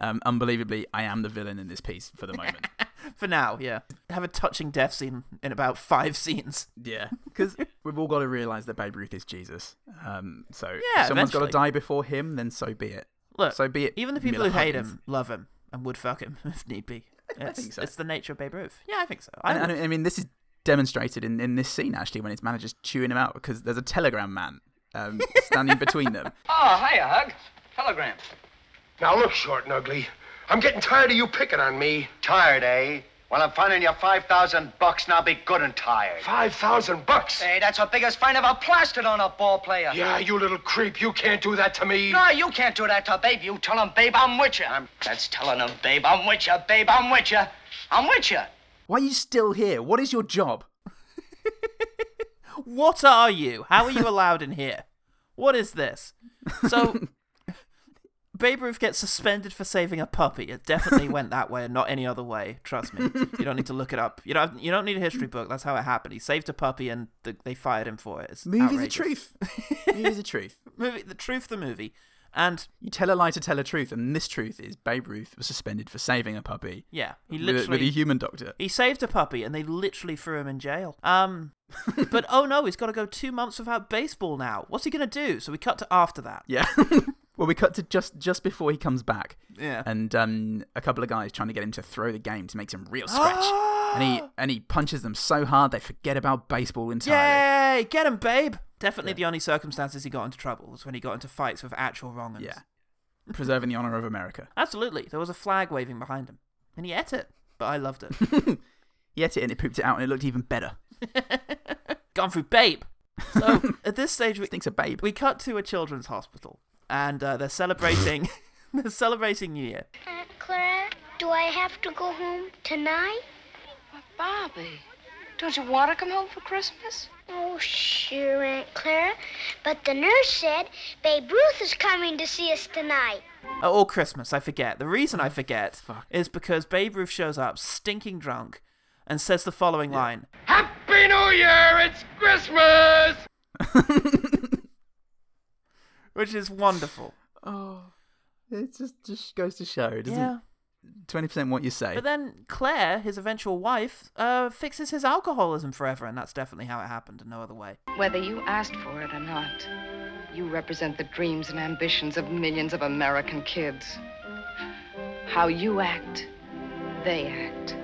Speaker 2: Um, unbelievably, I am the villain in this piece for the moment.
Speaker 1: For now, yeah. Have a touching death scene in about five scenes.
Speaker 2: yeah, because we've all got to realize that Babe Ruth is Jesus. Um, so
Speaker 1: Yeah,
Speaker 2: if someone's got
Speaker 1: eventually.
Speaker 2: to die before him, then so be it.
Speaker 1: Look,
Speaker 2: So be it,
Speaker 1: even the people
Speaker 2: Miller
Speaker 1: who hate
Speaker 2: Huggins.
Speaker 1: him love him and would fuck him if need be. It's,
Speaker 2: think so.
Speaker 1: it's the nature of Babe Ruth. Yeah, I think so. I
Speaker 2: And,
Speaker 1: would-
Speaker 2: and I mean, this is demonstrated in, in this scene actually when his manager's chewing him out because there's a telegram man um, standing between them.
Speaker 7: Oh, hiya, Hug. Telegram.
Speaker 6: Now look, short and ugly. I'm getting tired of you picking on me.
Speaker 5: Tired, eh? Well, I'm finding you 5,000 bucks. Now be good and tired.
Speaker 6: Five thousand bucks.
Speaker 7: Hey, that's the biggest fine ever plastered on a ball player.
Speaker 6: Yeah, you little creep. You can't do that to me.
Speaker 7: No, you can't do that to Babe. You tell him, Babe, I'm with you. I'm, that's telling him, Babe, I'm with you. Babe, I'm with you. I'm with you.
Speaker 2: Why are you still here? What is your job?
Speaker 1: What are you? How are you allowed in here? What is this? So, Babe Ruth gets suspended for saving a puppy. It definitely went that way and not any other way. Trust me. You don't need to look it up. You don't. You don't need a history book. That's how it happened. He saved a puppy and th they fired him for it. It's
Speaker 2: Movie the
Speaker 1: outrageous.
Speaker 2: truth. Movie the truth.
Speaker 1: Movie the truth. The movie. And
Speaker 2: You tell a lie to tell a truth, and this truth is Babe Ruth was suspended for saving a puppy.
Speaker 1: yeah, he
Speaker 2: With a-
Speaker 1: literally
Speaker 2: with a human doctor.
Speaker 1: He saved a puppy and they literally threw him in jail. Um, but oh no, he's got to go two months without baseball now. What's he gonna do? So we cut to after that.
Speaker 2: Yeah. Well, we cut to just just before he comes back.
Speaker 1: Yeah.
Speaker 2: And um, a couple of guys trying to get him to throw the game to make some real scratch.
Speaker 1: Ah!
Speaker 2: and he and he punches them so hard they forget about baseball entirely.
Speaker 1: Yay! Get him, babe. Definitely the only circumstances he got into trouble was when he got into fights with actual wrong uns.
Speaker 2: Yeah. Preserving the honor of America.
Speaker 1: Absolutely. There was a flag waving behind him. And he ate it. But I loved it.
Speaker 2: He ate it and it pooped it out and it looked even better.
Speaker 1: Gone through babe. So at this stage we
Speaker 2: Stinks a babe.
Speaker 1: we cut to a children's hospital and uh, they're celebrating they're celebrating New Year.
Speaker 9: Aunt Uh, Clara, do I have to go home tonight?
Speaker 8: Bobby, don't you want to come home for Christmas?
Speaker 9: Oh, sure, Aunt Clara. But the nurse said Babe Ruth is coming to see us tonight.
Speaker 1: Uh, or Christmas, I forget. The reason I forget is because Babe Ruth shows up stinking drunk and says the following line.
Speaker 6: Happy New Year! It's Christmas!
Speaker 1: Which is wonderful.
Speaker 2: It just just goes to show, it
Speaker 1: Oh. Yeah.
Speaker 2: doesn't twenty percent what you say.
Speaker 1: But then Claire, his eventual wife, uh, fixes his alcoholism forever, and that's definitely how it happened, and no other way.
Speaker 8: Whether you asked for it or not, you represent the dreams and ambitions of millions of American kids. How you act, they act.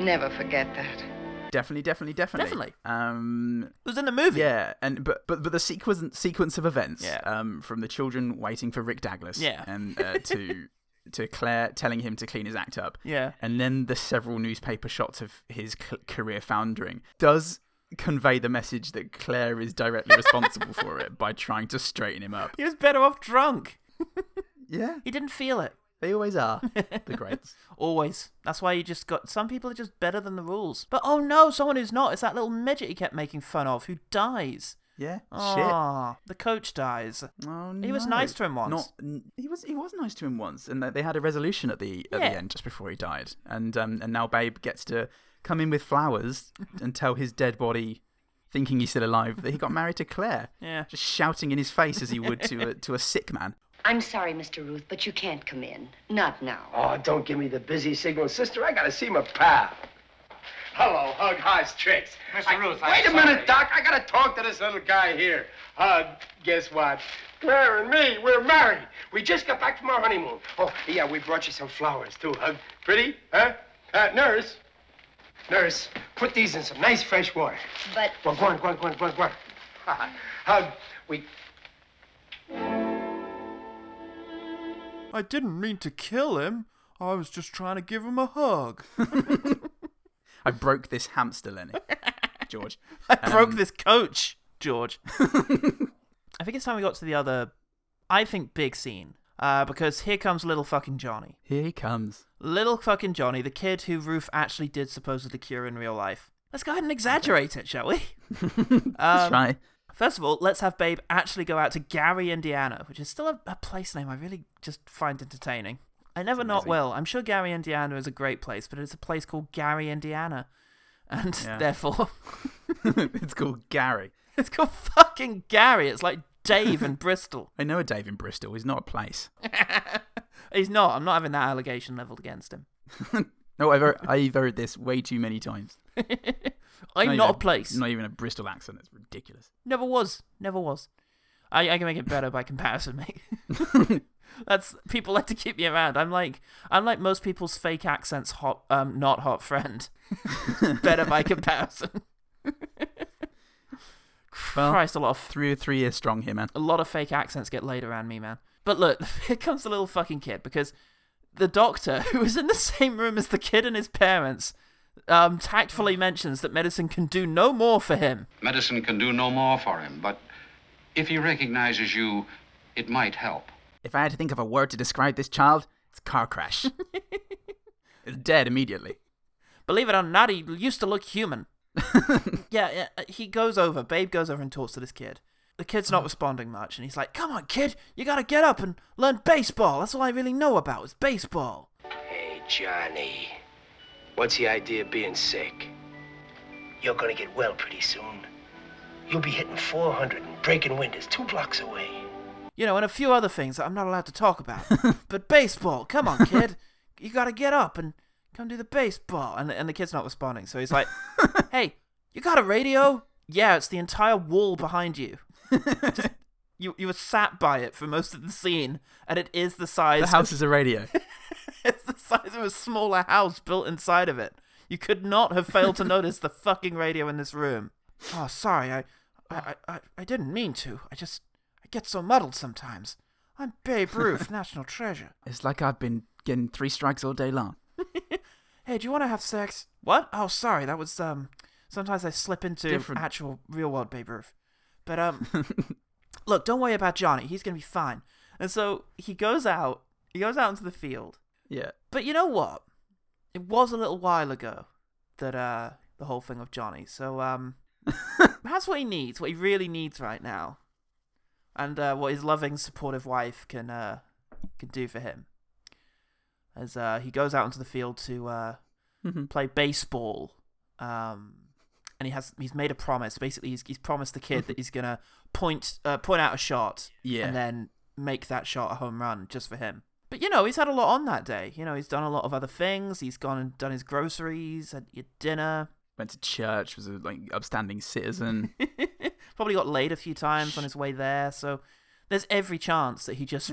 Speaker 8: Never forget that.
Speaker 2: Definitely, definitely, definitely.
Speaker 1: Definitely.
Speaker 2: Um
Speaker 1: It was in the movie.
Speaker 2: yeah, and but but, but the sequence sequence of events
Speaker 1: Yeah.
Speaker 2: um from the children waiting for Rick Douglas
Speaker 1: Yeah.
Speaker 2: and uh, to to Claire telling him to clean his act up.
Speaker 1: Yeah.
Speaker 2: And then the several newspaper shots of his c- career foundering does convey the message that Claire is directly responsible for it by trying to straighten him up.
Speaker 1: He was better off drunk.
Speaker 2: Yeah,
Speaker 1: He didn't feel it.
Speaker 2: they always are the greats.
Speaker 1: Always. That's why you just got. Some people are just better than the rules. But oh no, someone who's not. It's that little midget he kept making fun of who dies.
Speaker 2: Yeah.
Speaker 1: Aw, the coach dies.
Speaker 2: Shit. Oh,
Speaker 1: He was
Speaker 2: no.
Speaker 1: nice to him once.
Speaker 2: Not, n- he was he was nice to him once, and they- they had a resolution at the at
Speaker 1: Yeah.
Speaker 2: the end just before he died, and um and now Babe gets to come in with flowers and tell his dead body, thinking he's still alive, that he got married to Claire.
Speaker 1: Yeah.
Speaker 2: Just shouting in his face as he would to a to a sick man.
Speaker 8: I'm sorry, Mr. Ruth, but you can't come in. Not now.
Speaker 6: Oh, don't give me the busy signal, sister. I gotta see my pal. Hello, hug, highs, tricks.
Speaker 5: Mr.
Speaker 6: I-
Speaker 5: Ruth, I'm
Speaker 6: wait a
Speaker 5: sorry.
Speaker 6: minute, Doc. I gotta talk to this little guy here. Uh, guess what? Claire and me, we're married. We just got back from our honeymoon. Oh, yeah, we brought you some flowers too, hug. Pretty, huh? Uh, nurse, nurse, put these in some nice fresh water.
Speaker 8: But
Speaker 6: Well, go on, go on, go on, go on, go on. hug. We
Speaker 3: I didn't mean to kill him. I was just trying to give him a hug.
Speaker 2: I broke this hamster, Lenny. George. Um,
Speaker 1: I broke this coach, George. I think it's time we got to the other, I think, big scene. Uh, because here comes little fucking Johnny.
Speaker 2: Here he comes.
Speaker 1: Little fucking Johnny, the kid who Ruth actually did supposedly cure in real life. Let's go ahead and exaggerate it, shall we? Um,
Speaker 2: That's right.
Speaker 1: First of all, let's have Babe actually go out to Gary, Indiana, which is still a, a place name I really just find entertaining. I never not will. I'm sure Gary, Indiana is a great place, but it's a place called Gary, Indiana. And
Speaker 2: Yeah.
Speaker 1: therefore,
Speaker 2: it's called Gary.
Speaker 1: it's called fucking Gary. It's like Dave in Bristol.
Speaker 2: I know a Dave in Bristol. He's not a place.
Speaker 1: He's not. I'm not having that allegation leveled against him.
Speaker 2: No, I've heard, I've heard this way too many times.
Speaker 1: I'm not, a
Speaker 2: even
Speaker 1: place.
Speaker 2: Not even a Bristol accent. It's ridiculous.
Speaker 1: Never was. Never was. I, I can make it better by comparison, mate. That's people like to keep me around. I'm like I'm like most people's fake accents hot um not hot friend. better by comparison.
Speaker 2: Well,
Speaker 1: Christ a lot of
Speaker 2: three three years strong here, man.
Speaker 1: a lot of fake accents get laid around me, man. But look, here comes the little fucking kid because the doctor, who is in the same room as the kid and his parents, um, tactfully mentions that medicine can do no more for him.
Speaker 5: Medicine can do no more for him, but if he recognizes you, it might help.
Speaker 2: If I had to think of a word to describe this child, it's car crash. it's dead immediately.
Speaker 1: Believe it or not, he used to look human. yeah, uh, he goes over. Babe goes over and talks to this kid. The kid's not responding much, and he's like, "Come on, kid, you gotta get up and learn baseball. That's all I really know about is baseball."
Speaker 6: Hey, Johnny. What's the idea of being sick?
Speaker 7: You're gonna get well pretty soon. You'll be hitting 400 and breaking windows two blocks away.
Speaker 1: You know, and a few other things that I'm not allowed to talk about. but baseball, come on, kid, you gotta get up and come do the baseball. And and the kid's not responding, so he's like, "Hey, you got a radio? Yeah, it's the entire wall behind you. Just You you were sat by it for most of the scene, and it is the size
Speaker 2: The house is a radio.
Speaker 1: it's the size of a smaller house built inside of it. You could not have failed to notice the fucking radio in this room. Oh, sorry, I, I, I, I didn't mean to. I just, I get so muddled sometimes. I'm Babe Ruth, national treasure.
Speaker 2: It's like I've been getting three strikes all day long.
Speaker 1: Hey, do you want to have sex? What? Oh, sorry, that was um. Sometimes I slip into
Speaker 2: Different.
Speaker 1: actual real world Babe Ruth, but um. look, don't worry about Johnny. He's gonna be fine. And so he goes out. He goes out into the field.
Speaker 2: Yeah.
Speaker 1: But you know what? It was a little while ago that uh the whole thing of Johnny. So um that's what he needs, what he really needs right now. And uh what his loving, supportive wife can uh can do for him. As uh he goes out into the field to uh play baseball. Um and he has he's made a promise. Basically he's he's promised the kid that he's gonna point uh point out a shot
Speaker 2: Yeah.
Speaker 1: and then make that shot a home run just for him. But you know, he's had a lot on that day. You know, he's done a lot of other things. He's gone and done his groceries, had your dinner.
Speaker 2: Went to church, was a like upstanding citizen.
Speaker 1: Probably got laid a few times on his way there. So there's every chance that he just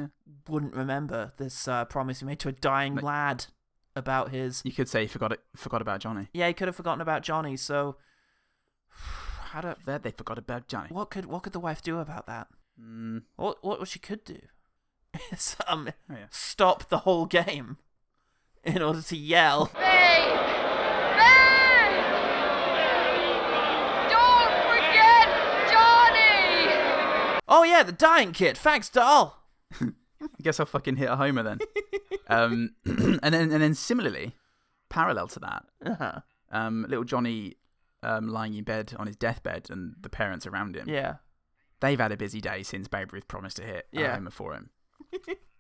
Speaker 1: wouldn't remember this uh, promise he made to a dying
Speaker 2: Like-
Speaker 1: lad about his.
Speaker 2: you could say he forgot it forgot about Johnny.
Speaker 1: Yeah, he could have forgotten about Johnny. So how do
Speaker 2: There they forgot about Johnny.
Speaker 1: what could what could the wife do about that?
Speaker 2: Mm,
Speaker 1: What what she could do is um
Speaker 2: Oh, yeah.
Speaker 1: stop the whole game in order to yell.
Speaker 9: Babe! Babe! Don't forget Johnny!
Speaker 1: Oh yeah, the dying kid. Thanks, doll.
Speaker 2: I guess I'll fucking hit a homer then. um, and then and then similarly, parallel to that,
Speaker 1: Uh-huh.
Speaker 2: um, little Johnny um, lying in bed on his deathbed and the parents around him.
Speaker 1: Yeah.
Speaker 2: They've had a busy day since Babe Ruth promised to hit a
Speaker 1: Yeah.
Speaker 2: homer for him.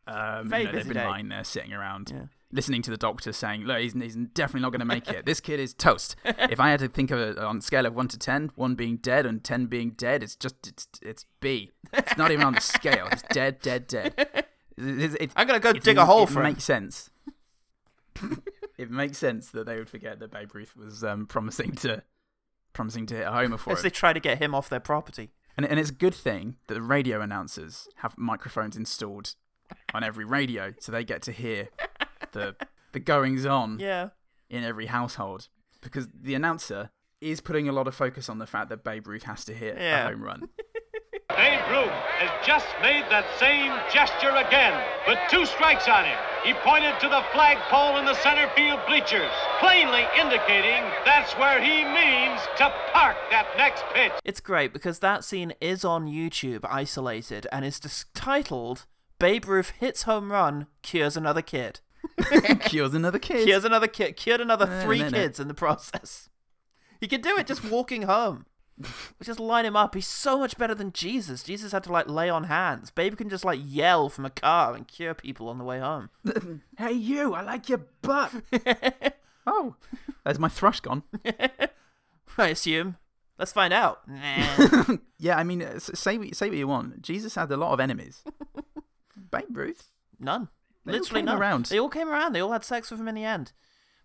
Speaker 2: Um,
Speaker 1: Very
Speaker 2: you know, they've
Speaker 1: busy
Speaker 2: been
Speaker 1: day.
Speaker 2: lying there, sitting around,
Speaker 1: Yeah.
Speaker 2: listening to the doctor saying, "Look, he's, he's definitely not going to make it. This kid is toast." if I had to think of it on a scale of one to ten, one being dead and ten being dead, it's just it's it's B. It's not even on the scale. It's dead, dead, dead. It- it-
Speaker 1: I'm gonna go
Speaker 2: it-
Speaker 1: dig a hole
Speaker 2: it
Speaker 1: for him.
Speaker 2: makes sense. it makes sense that they would forget that Babe Ruth was um, promising to promising to hit a homer for
Speaker 1: As
Speaker 2: him.
Speaker 1: they try to get him off their property.
Speaker 2: And, and it's a good thing that the radio announcers have microphones installed on every radio, so they get to hear the the goings on
Speaker 1: Yeah.
Speaker 2: in every household. Because the announcer is putting a lot of focus on the fact that Babe Ruth has to hit
Speaker 1: Yeah.
Speaker 2: a home run.
Speaker 4: Babe Ruth has just made that same gesture again with two strikes on him. He pointed to the flagpole in the center field bleachers, plainly indicating that's where he means to park that next pitch.
Speaker 1: It's great because that scene is on YouTube isolated and is just titled Babe Ruth hits home run, cures another kid.
Speaker 2: Cures another kid.
Speaker 1: Cures another kid, cured another
Speaker 2: No,
Speaker 1: three
Speaker 2: no, no.
Speaker 1: kids in the process. He could do it just walking home. Just line him up. He's so much better than Jesus. Jesus had to like lay on hands. Babe can just like yell from a car and cure people on the way home.
Speaker 2: Hey you, I like your butt. oh, there's my thrush gone.
Speaker 1: I assume. Let's find out. Nah.
Speaker 2: Yeah, I mean, uh, s- say what, say what you want. Jesus had a lot of enemies. Babe Ruth,
Speaker 1: None.
Speaker 2: They all
Speaker 1: Literally
Speaker 2: came
Speaker 1: none.
Speaker 2: around.
Speaker 1: They all came around. They all had sex with him in the end.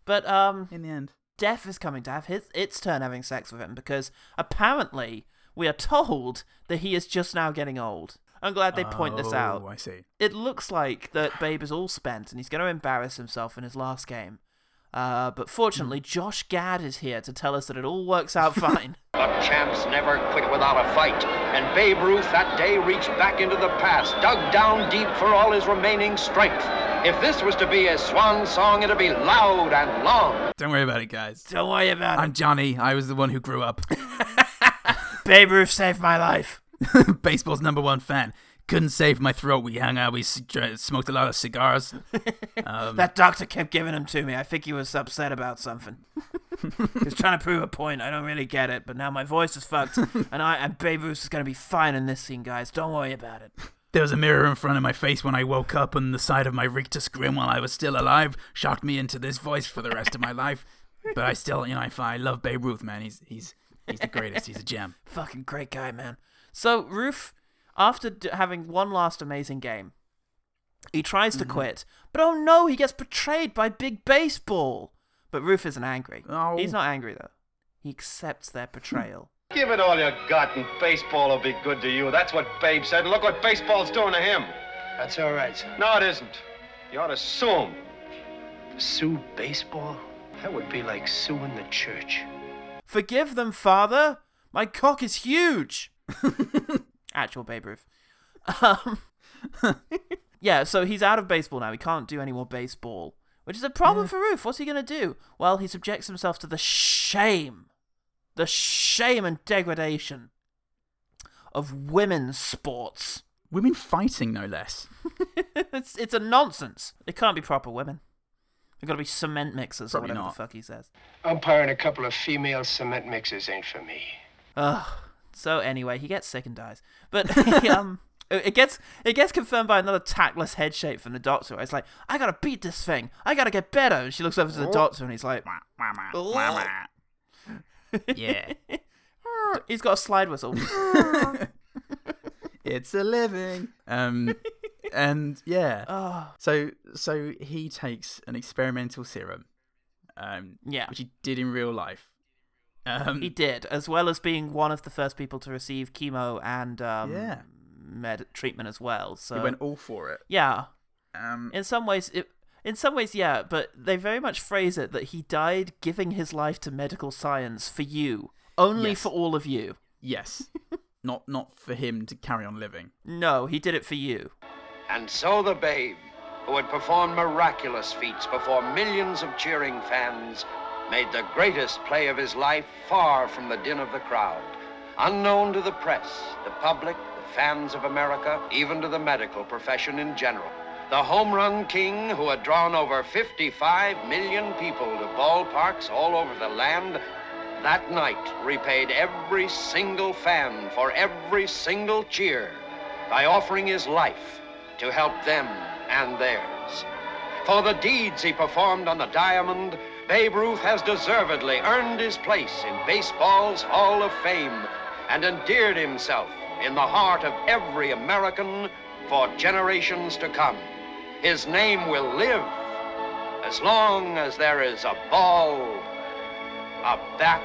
Speaker 1: But um,
Speaker 2: in the end.
Speaker 1: Death is coming to have his its turn having sex with him because apparently we are told that he is just now getting old. I'm glad they point this
Speaker 2: Oh,
Speaker 1: out.
Speaker 2: I see.
Speaker 1: It looks like that Babe is all spent and he's going to embarrass himself in his last game. Uh, but fortunately, Josh Gad is here to tell us that it all works out fine.
Speaker 5: But champs never quit without a fight. And Babe Ruth that day reached back into the past, dug down deep for all his remaining strength. If this was to be his swan song, it'd be loud and long.
Speaker 2: Don't worry about it, guys.
Speaker 1: Don't worry about
Speaker 2: I'm Johnny. I was the one who grew up.
Speaker 1: it. Babe Ruth saved my life.
Speaker 2: Baseball's number one fan. Couldn't save my throat. We hung out. We s- dr- smoked a lot of cigars.
Speaker 1: That doctor kept giving them to me. I think he was upset about something. he was trying to prove a point. I don't really get it, but now my voice is fucked, and I and Babe Ruth is gonna be fine in this scene, guys. Don't worry about it.
Speaker 2: There was a mirror in front of my face when I woke up, and the sight of my rictus grin while I was still alive shocked me into this voice for the rest of my life. But I still, you know, I, fi- I love Babe Ruth, man. He's he's he's the greatest. He's a gem.
Speaker 1: Fucking great guy, man. So Ruth, after d- having one last amazing game, he tries to quit, but oh no, he gets betrayed by Big Baseball. But Ruth isn't angry.
Speaker 2: Oh.
Speaker 1: He's not angry though. He accepts their betrayal.
Speaker 5: Give it all you got, and baseball will be good to you. That's what Babe said. Look what baseball's doing to him.
Speaker 6: That's all right, son.
Speaker 5: No, it isn't. You ought to sue him.
Speaker 6: Sue baseball? That would be like suing the church.
Speaker 1: Forgive them, Father. My cock is huge. Actual Babe Ruth. Um, yeah, so he's out of baseball now. He can't do any more baseball, which is a problem for Ruth. What's he going to do? Well, he subjects himself to the shame, the shame and degradation of women's sports.
Speaker 2: Women fighting, no less.
Speaker 1: it's it's a nonsense. They can't be proper women. They've got to be cement mixers
Speaker 2: Probably
Speaker 1: or whatever
Speaker 2: not.
Speaker 1: the fuck he says.
Speaker 6: Umpiring a couple of female cement mixers ain't for me.
Speaker 1: Ugh. So anyway, he gets sick and dies. But he, um, it gets it gets confirmed by another tactless head shape from the doctor. It's like, I gotta beat this thing. I gotta get better. And she looks over to
Speaker 2: Oh.
Speaker 1: the doctor and he's like,
Speaker 2: Wah, wah, wah, wah, wah. yeah.
Speaker 1: he's got a slide whistle.
Speaker 2: It's a living. Um, and yeah.
Speaker 1: Ah.
Speaker 2: So so he takes an experimental serum, um,
Speaker 1: Yeah.
Speaker 2: which he did in real life. Um,
Speaker 1: he did, as well as being one of the first people to receive chemo and um,
Speaker 2: Yeah.
Speaker 1: med treatment as well. So
Speaker 2: he went "Oh." all for it.
Speaker 1: yeah,
Speaker 2: Um,
Speaker 1: in some ways it in some ways yeah but they very much phrase it that he died giving his life to medical science for you only
Speaker 2: Yes.
Speaker 1: for all of you
Speaker 2: yes. not not for him to carry on living.
Speaker 1: no he did it for you
Speaker 5: And so the babe, who had performed miraculous feats before millions of cheering fans, made the greatest play of his life far from the din of the crowd. Unknown to the press, the public, the fans of America, even to the medical profession in general. The home run king, who had drawn over 55 million people to ballparks all over the land, that night repaid every single fan for every single cheer by offering his life to help them and theirs. For the deeds he performed on the diamond, Babe Ruth has deservedly earned his place in baseball's Hall of Fame and endeared himself in the heart of every American for generations to come. His name will live as long as there is a ball, a bat,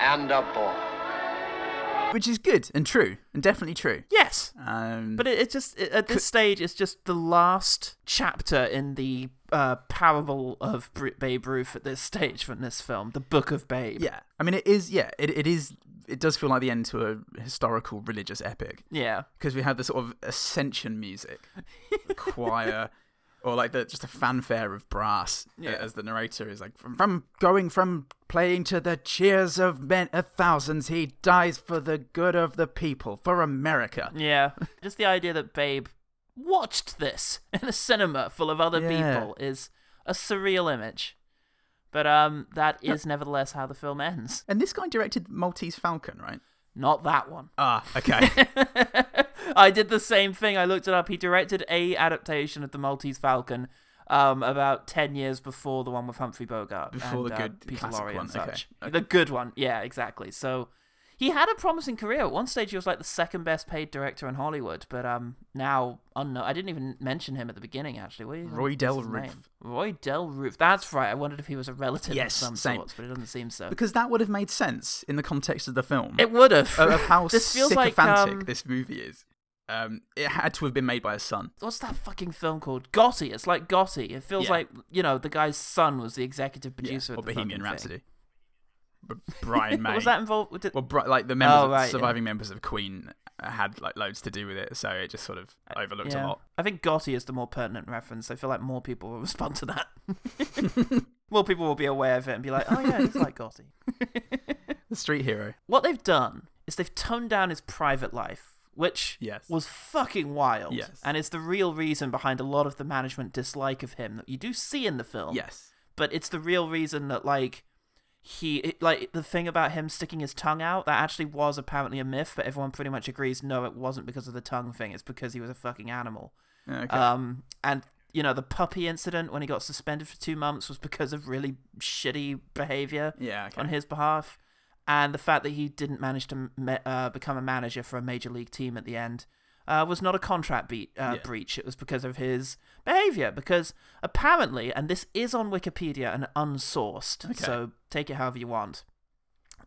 Speaker 5: and a ball.
Speaker 2: Which is good and true and definitely true.
Speaker 1: yes
Speaker 2: Um,
Speaker 1: but it, it just it, at this stage it's just the last chapter in the uh, parable of Br- babe ruth at this stage from this film the book of babe
Speaker 2: yeah, I mean it is. Yeah, it, it is. It does feel like the end to a historical religious epic.
Speaker 1: yeah
Speaker 2: because we had the sort of ascension music, the choir, or like the just a fanfare of brass uh,
Speaker 1: Yeah.
Speaker 2: as the narrator is like from, from going from playing to the cheers of men of thousands. He dies for the good of the people, for America.
Speaker 1: yeah just the idea that babe watched this in a cinema full of other
Speaker 2: Yeah.
Speaker 1: people is a surreal image but um that is nevertheless how the film ends
Speaker 2: And this guy directed Maltese Falcon, right?
Speaker 1: Not that one.
Speaker 2: Ah, okay.
Speaker 1: I did the same thing. I looked it up. He directed a adaptation of the Maltese Falcon, um, about ten years before the one with Humphrey Bogart,
Speaker 2: Before
Speaker 1: and,
Speaker 2: the
Speaker 1: uh,
Speaker 2: good
Speaker 1: Peter
Speaker 2: classic
Speaker 1: Lorre and
Speaker 2: one, okay.
Speaker 1: such. The good one, yeah, exactly. So he had a promising career. At one stage, he was like the second best paid director in Hollywood, but um, now unknown. I didn't even mention him at the beginning. Actually, What is-
Speaker 2: Roy
Speaker 1: what's
Speaker 2: Del
Speaker 1: his
Speaker 2: Ruth.
Speaker 1: name? Roy Del Ruth. That's right. I wondered if he was a relative
Speaker 2: Yes,
Speaker 1: of some
Speaker 2: same.
Speaker 1: sorts, but it doesn't seem so.
Speaker 2: because that would have made sense in the context of the film.
Speaker 1: it would have.
Speaker 2: of of how
Speaker 1: this feels like
Speaker 2: sycophantic
Speaker 1: um,
Speaker 2: this movie is. Um, it had to have been made by a son.
Speaker 1: what's that fucking film called? Gotti. It's like Gotti. It feels
Speaker 2: Yeah.
Speaker 1: like you know the guy's son was the executive
Speaker 2: Yeah,
Speaker 1: producer
Speaker 2: or
Speaker 1: of the
Speaker 2: Bohemian
Speaker 1: fucking thing.
Speaker 2: Rhapsody. B- Brian May.
Speaker 1: Was that involved? Did,
Speaker 2: Well, bri- like the members,
Speaker 1: Oh,
Speaker 2: of-
Speaker 1: right,
Speaker 2: surviving members of Queen uh, had like loads to do with it, so it just sort of overlooked
Speaker 1: yeah.
Speaker 2: a lot.
Speaker 1: I think Gotti is the more pertinent reference. I feel like more people will respond to that. more people will be aware of it and be like, "Oh yeah, it's like Gotti."
Speaker 2: The Street Hero.
Speaker 1: What they've done is they've toned down his private life, which
Speaker 2: Yes.
Speaker 1: was fucking wild,
Speaker 2: Yes.
Speaker 1: and is the real reason behind a lot of the management dislike of him that you do see in the film.
Speaker 2: Yes.
Speaker 1: but it's the real reason that like he it- like the thing about him sticking his tongue out that actually was apparently a myth but everyone pretty much agrees no it wasn't because of the tongue thing it's because he was a fucking animal
Speaker 2: Okay.
Speaker 1: um and you know the puppy incident when he got suspended for 2 months was because of really shitty behavior
Speaker 2: Yeah, okay.
Speaker 1: on his behalf and the fact that he didn't manage to ma- uh, become a manager for a major league team at the end uh, was not a contract beat, uh,
Speaker 2: Yeah.
Speaker 1: breach. It was because of his behavior. Because apparently, and this is on Wikipedia and unsourced,
Speaker 2: Okay.
Speaker 1: so take it however you want.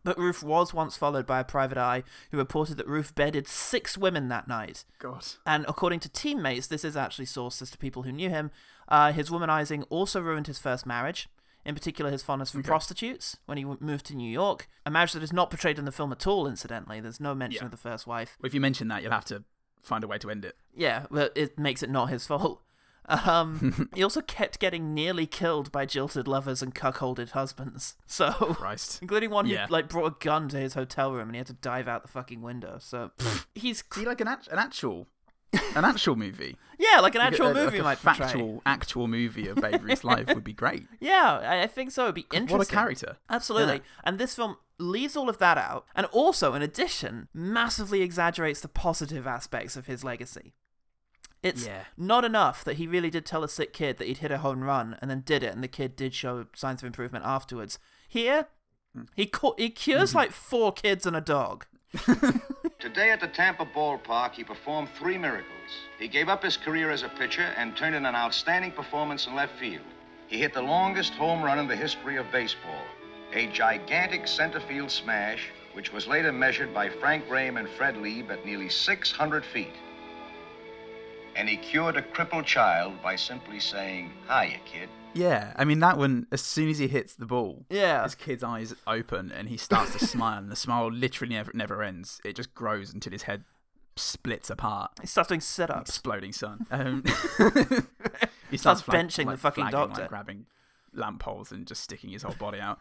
Speaker 1: But Ruth was once followed by a private eye who reported that Ruth bedded six women that night.
Speaker 2: God.
Speaker 1: And according to teammates, this is actually sources to people who knew him. Uh, his womanizing also ruined his first marriage, in particular his fondness for prostitutes when he w- moved to New York. A marriage that is not portrayed in the film at all, incidentally. There's no mention
Speaker 2: Yeah.
Speaker 1: of the first wife.
Speaker 2: Well, if you mention that, you'll have to find a way to end it.
Speaker 1: Yeah, but it makes it not his fault. Um, he also kept getting nearly killed by jilted lovers and cuckolded husbands. So,
Speaker 2: Christ.
Speaker 1: including one
Speaker 2: Yeah.
Speaker 1: who like brought a gun to his hotel room and he had to dive out the fucking window. So he's
Speaker 2: See, like an act- an actual, an actual movie.
Speaker 1: yeah, like an
Speaker 2: Like a-
Speaker 1: actual
Speaker 2: like
Speaker 1: movie
Speaker 2: a
Speaker 1: might
Speaker 2: factual,
Speaker 1: portray.
Speaker 2: actual movie of Babe Ruth's life would be great.
Speaker 1: Yeah, I- I think so. It'd be interesting.
Speaker 2: What a character!
Speaker 1: Absolutely.
Speaker 2: Yeah.
Speaker 1: And this film leaves all of that out, and also, in addition, massively exaggerates the positive aspects of his legacy. It's
Speaker 2: Yeah.
Speaker 1: not enough that he really did tell a sick kid that he'd hit a home run and then did it, and the kid did show signs of improvement afterwards. Here,
Speaker 2: Hmm.
Speaker 1: he, cu- he cures
Speaker 2: Mm-hmm.
Speaker 1: like four kids and a dog.
Speaker 5: Today at the Tampa ballpark, he performed three miracles. He gave up his career as a pitcher and turned in an outstanding performance in left field. He hit the longest home run in the history of baseball, a gigantic center field smash, which was later measured by Frank Graham and Fred Lieb at nearly 600 feet. And he cured a crippled child by simply saying, Hiya, kid.
Speaker 2: Yeah, I mean that one. As soon as he hits the ball,
Speaker 1: Yeah.
Speaker 2: his kid's eyes open and he starts to smile, and the smile literally never, never ends. It just grows until his head splits apart.
Speaker 1: He starts doing sit ups.
Speaker 2: Exploding sun. Um, he
Speaker 1: Starts
Speaker 2: flag-
Speaker 1: benching the fucking
Speaker 2: flagging,
Speaker 1: doctor.
Speaker 2: like, grabbing lamp poles and just sticking his whole body out.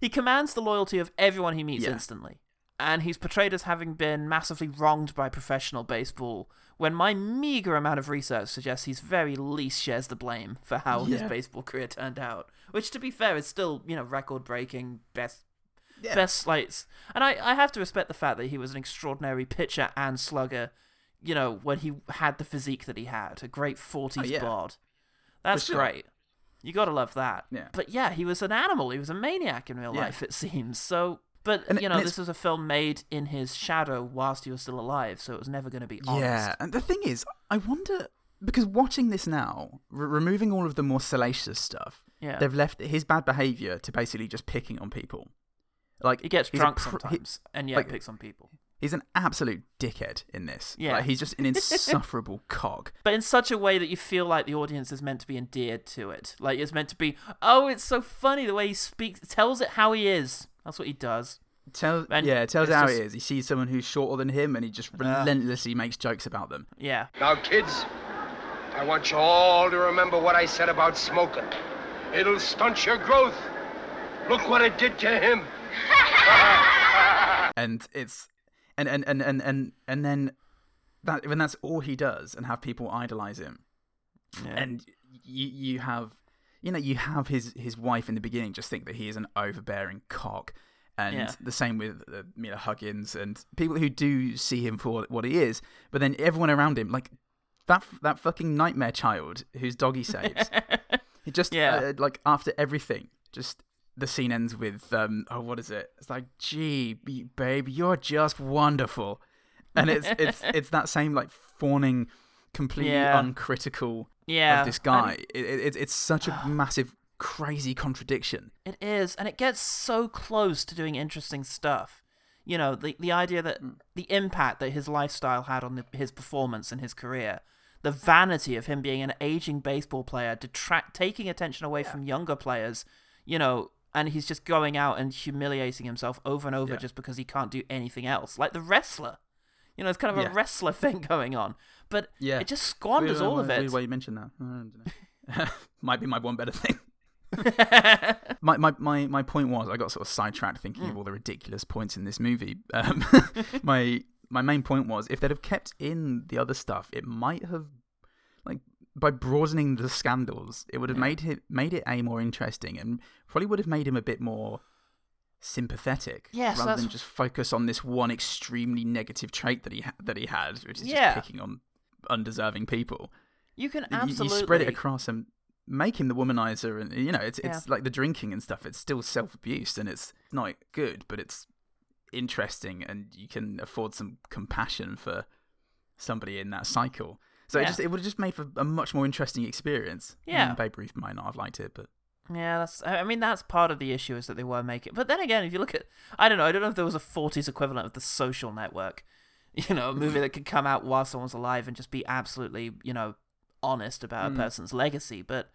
Speaker 1: He commands the loyalty of everyone he meets
Speaker 2: Yeah.
Speaker 1: instantly. And he's portrayed as having been massively wronged by professional baseball, when my meager amount of research suggests he's very least shares the blame for how his
Speaker 2: Yeah.
Speaker 1: baseball career turned out. Which, to be fair, is still you know record breaking, best
Speaker 2: Yeah.
Speaker 1: best slates. And I, I have to respect the fact that he was an extraordinary pitcher and slugger. You know when he had the physique that he had, a great forties
Speaker 2: Oh, yeah.
Speaker 1: bod. That's
Speaker 2: sure.
Speaker 1: great. You gotta love that.
Speaker 2: Yeah.
Speaker 1: But yeah, he was an animal. He was a maniac in real
Speaker 2: Yeah.
Speaker 1: life, it seems. So, but
Speaker 2: And it-
Speaker 1: you know,
Speaker 2: and it's-
Speaker 1: this was a film made in his shadow whilst he was still alive, so it was never going to be honest.
Speaker 2: Yeah, and the thing is, I wonder because watching this now, r- removing all of the more salacious stuff,
Speaker 1: Yeah.
Speaker 2: they've left his bad behavior to basically just picking on people. Like
Speaker 1: He gets
Speaker 2: he's a
Speaker 1: drunk
Speaker 2: pr- he-
Speaker 1: sometimes, and yeah,
Speaker 2: like,
Speaker 1: picks on people.
Speaker 2: he's an absolute dickhead in this.
Speaker 1: Yeah.
Speaker 2: like, he's just an insufferable cog.
Speaker 1: But in such a way that you feel like the audience is meant to be endeared to it. Like it's meant to be, oh, it's so funny the way he speaks, tells it how he is. That's what he does.
Speaker 2: Tell
Speaker 1: And
Speaker 2: yeah, tells
Speaker 1: it's
Speaker 2: how
Speaker 1: just-
Speaker 2: it is. He sees someone who's shorter than him, and he just relentlessly makes jokes about them.
Speaker 1: Yeah.
Speaker 6: Now, kids, I want you all to remember what I said about smoking. It'll stunt your growth. Look what it did to him.
Speaker 2: and it's and and and and and, and then that when that's all he does and have people idolize him and you you have you know you have his his wife in the beginning just think that he is an overbearing cock and
Speaker 1: Yeah.
Speaker 2: the same with uh, Mila Huggins and people who do see him for what he is but then everyone around him like that that fucking nightmare child whose dog he saves he just
Speaker 1: Yeah.
Speaker 2: uh, like after everything just the scene ends with um oh what is it it's like gee b- babe you're just wonderful and it's it's it's that same like fawning completely
Speaker 1: Yeah.
Speaker 2: uncritical
Speaker 1: Yeah,
Speaker 2: of this
Speaker 1: and-
Speaker 2: guy it, it, it's- it's such a massive crazy contradiction
Speaker 1: It is, and it gets so close to doing interesting stuff. You know, the the idea that
Speaker 2: Hmm.
Speaker 1: the impact that his lifestyle had on the, his performance and his career, the vanity of him being an aging baseball player, detract taking attention away from younger players. You know, and he's just going out and humiliating himself over and over
Speaker 2: Yeah.
Speaker 1: just because he can't do anything else, like the wrestler. You know, it's kind of
Speaker 2: Yeah.
Speaker 1: a wrestler thing going on, but
Speaker 2: yeah
Speaker 1: it just squanders
Speaker 2: Weird-
Speaker 1: all of
Speaker 2: weird
Speaker 1: it.
Speaker 2: way you mentioned that I don't know. might be my one better thing my, my, my, my point was I got sort of sidetracked thinking
Speaker 1: Mm.
Speaker 2: of all the ridiculous points in this movie. Um, my my main point was if they'd have kept in the other stuff, it might have like by broadening the scandals, it would have made it made it a more interesting and probably would have made him a bit more sympathetic
Speaker 1: Yes,
Speaker 2: rather
Speaker 1: that's-
Speaker 2: than just focus on this one extremely negative trait that he ha- that he had, which is
Speaker 1: Yeah.
Speaker 2: just picking on undeserving people.
Speaker 1: you can
Speaker 2: You-
Speaker 1: absolutely
Speaker 2: You spread it across and make him the womanizer, and you know, it's
Speaker 1: Yeah.
Speaker 2: it's like the drinking and stuff. It's still self abuse, and it's not good, but it's interesting, and you can afford some compassion for somebody in that cycle. So it
Speaker 1: Yeah.
Speaker 2: just it would have just made for a much more interesting experience. Hmm,
Speaker 1: Yeah.
Speaker 2: Mm, Babe Ruth might not have liked it, but
Speaker 1: Yeah, that's. I I mean, that's part of the issue is that they were making. But then again, if you look at, I don't know, I don't know if there was a '40s equivalent of The Social Network, you know, a movie that could come out while someone's alive and just be absolutely, you know, honest about a person's legacy. But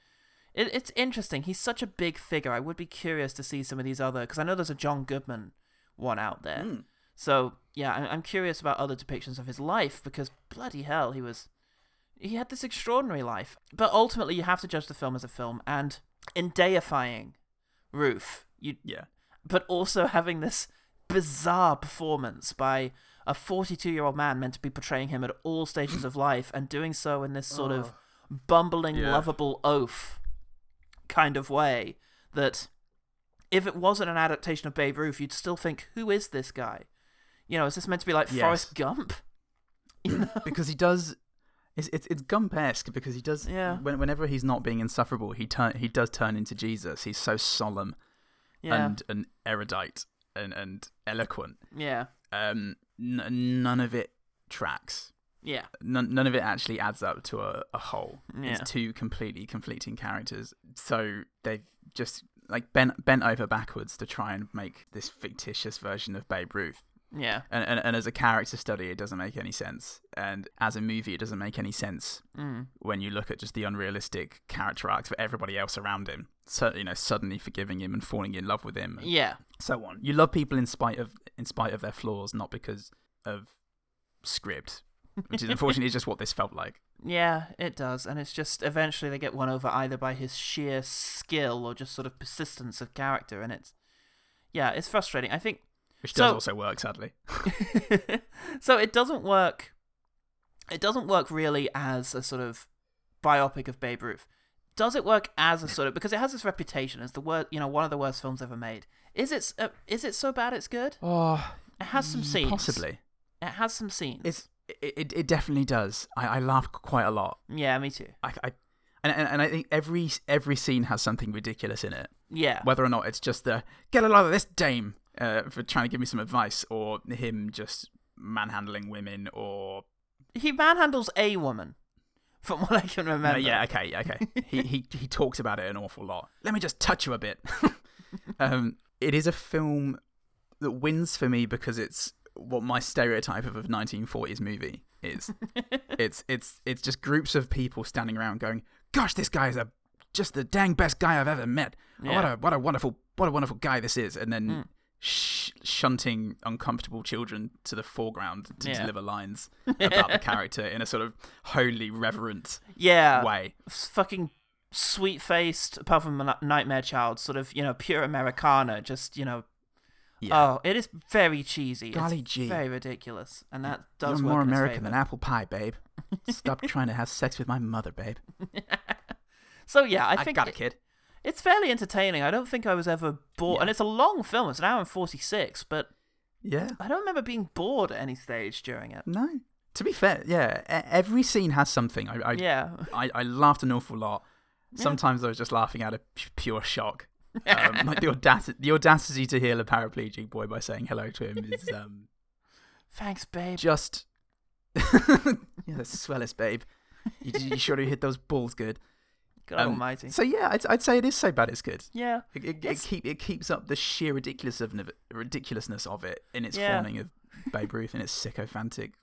Speaker 1: it, it's interesting. He's such a big figure. I would be curious to see some of these other because I know there's a John Goodman one out there.
Speaker 2: hmm,
Speaker 1: So yeah, I'm, I'm curious about other depictions of his life because bloody hell, he was he had this extraordinary life. But ultimately, you have to judge the film as a film, and in deifying Ruth, you
Speaker 2: Yeah.
Speaker 1: but also having this bizarre performance by a 42 year old man meant to be portraying him at all stages of life and doing so in this sort of bumbling,
Speaker 2: Oh. Yeah.
Speaker 1: lovable oaf kind of way that if it wasn't an adaptation of Babe Ruth, you'd still think, who is this guy? You know, is this meant to be like
Speaker 2: Yes.
Speaker 1: Forrest Gump?
Speaker 2: because he does. It's it's, it's Gump esque because he does.
Speaker 1: Yeah.
Speaker 2: When, whenever he's not being insufferable, he turn he does turn into Jesus. He's so solemn
Speaker 1: Yeah.
Speaker 2: and and erudite and and eloquent.
Speaker 1: yeah.
Speaker 2: Um, n- none of it tracks.
Speaker 1: Yeah.
Speaker 2: None, none of it actually adds up to a, a whole.
Speaker 1: Yeah.
Speaker 2: It's two completely conflicting characters. So they've just like bent bent over backwards to try and make this fictitious version of Babe Ruth.
Speaker 1: Yeah.
Speaker 2: and, and, and as a character study it doesn't make any sense and as a movie it doesn't make any sense when you look at just the unrealistic character arcs for everybody else around him so you know suddenly forgiving him and falling in love with him and
Speaker 1: Yeah.
Speaker 2: so on you love people in spite of in spite of their flaws not because of script which is unfortunately just what this felt like
Speaker 1: Yeah, it does, and it's just eventually they get won over either by his sheer skill or just sort of persistence of character, and it's yeah, it's frustrating. I think
Speaker 2: which does
Speaker 1: So-
Speaker 2: also work sadly
Speaker 1: so. It doesn't work. It doesn't work really as a sort of biopic of Babe Ruth. Does it work as a sort of because it has this reputation as the worst, you know, one of the worst films ever made? Is it s- uh, is it so bad it's good?
Speaker 2: oh
Speaker 1: It has some scenes.
Speaker 2: possibly
Speaker 1: It has some scenes.
Speaker 2: it's it, it, it definitely does I, I laughed quite a lot
Speaker 1: yeah, me too.
Speaker 2: I, I and, and, and I think every every scene has something ridiculous in it,
Speaker 1: Yeah.
Speaker 2: whether or not it's just the get a lot of this dame uh, for trying to give me some advice, or him just manhandling women, or
Speaker 1: He manhandles a woman, from what I can
Speaker 2: No,
Speaker 1: remember.
Speaker 2: yeah, okay, okay. he, he he talks about it an awful lot. Let me just touch you a bit. um, it is a film that wins for me because it's what my stereotype of a 1940s movie is. it's it's it's just groups of people standing around going, "Gosh, this guy is a just the dang best guy I've ever met. Oh, What
Speaker 1: Yeah. Hmm.
Speaker 2: a what a wonderful what a wonderful guy this is." And then sh- shunting uncomfortable children to the foreground to
Speaker 1: Yeah.
Speaker 2: deliver lines about the character in a sort of holy reverent
Speaker 1: Yeah.
Speaker 2: way.
Speaker 1: s- fucking sweet faced, apart from Mon- Nightmare Child, sort of, you know, pure Americana, just, you know.
Speaker 2: Yeah.
Speaker 1: Oh, it is very cheesy. It's
Speaker 2: Golly gee.
Speaker 1: Very ridiculous. And that
Speaker 2: You're
Speaker 1: does work
Speaker 2: more
Speaker 1: in its
Speaker 2: American than
Speaker 1: favor.
Speaker 2: apple pie, babe. Stop trying to have sex with my mother, babe.
Speaker 1: So, yeah, I
Speaker 2: I,
Speaker 1: think
Speaker 2: got a
Speaker 1: it-
Speaker 2: kid.
Speaker 1: it's fairly entertaining. I don't think I was ever bored. And it's a long film, it's an hour and 46, but
Speaker 2: Yeah.
Speaker 1: I don't remember being bored at any stage during it.
Speaker 2: No. To be fair, yeah, e- every scene has something. I, I,
Speaker 1: Yeah.
Speaker 2: I, I laughed an awful lot. Sometimes I was just laughing out of p- pure shock. Um, like the audacity, the audacity to heal a paraplegic boy by saying hello to him is um,
Speaker 1: Thanks, babe.
Speaker 2: just yeah, the swellest, babe. You, you sure do hit those balls good.
Speaker 1: God
Speaker 2: Um,
Speaker 1: almighty.
Speaker 2: So yeah, I'd, I'd say it is so bad it's good.
Speaker 1: yeah.
Speaker 2: It, it, it,
Speaker 1: It's-
Speaker 2: keep, it keeps up the sheer ridiculous of, niv- ridiculousness of it in its
Speaker 1: Yeah.
Speaker 2: fawning of Babe Ruth and its sycophantic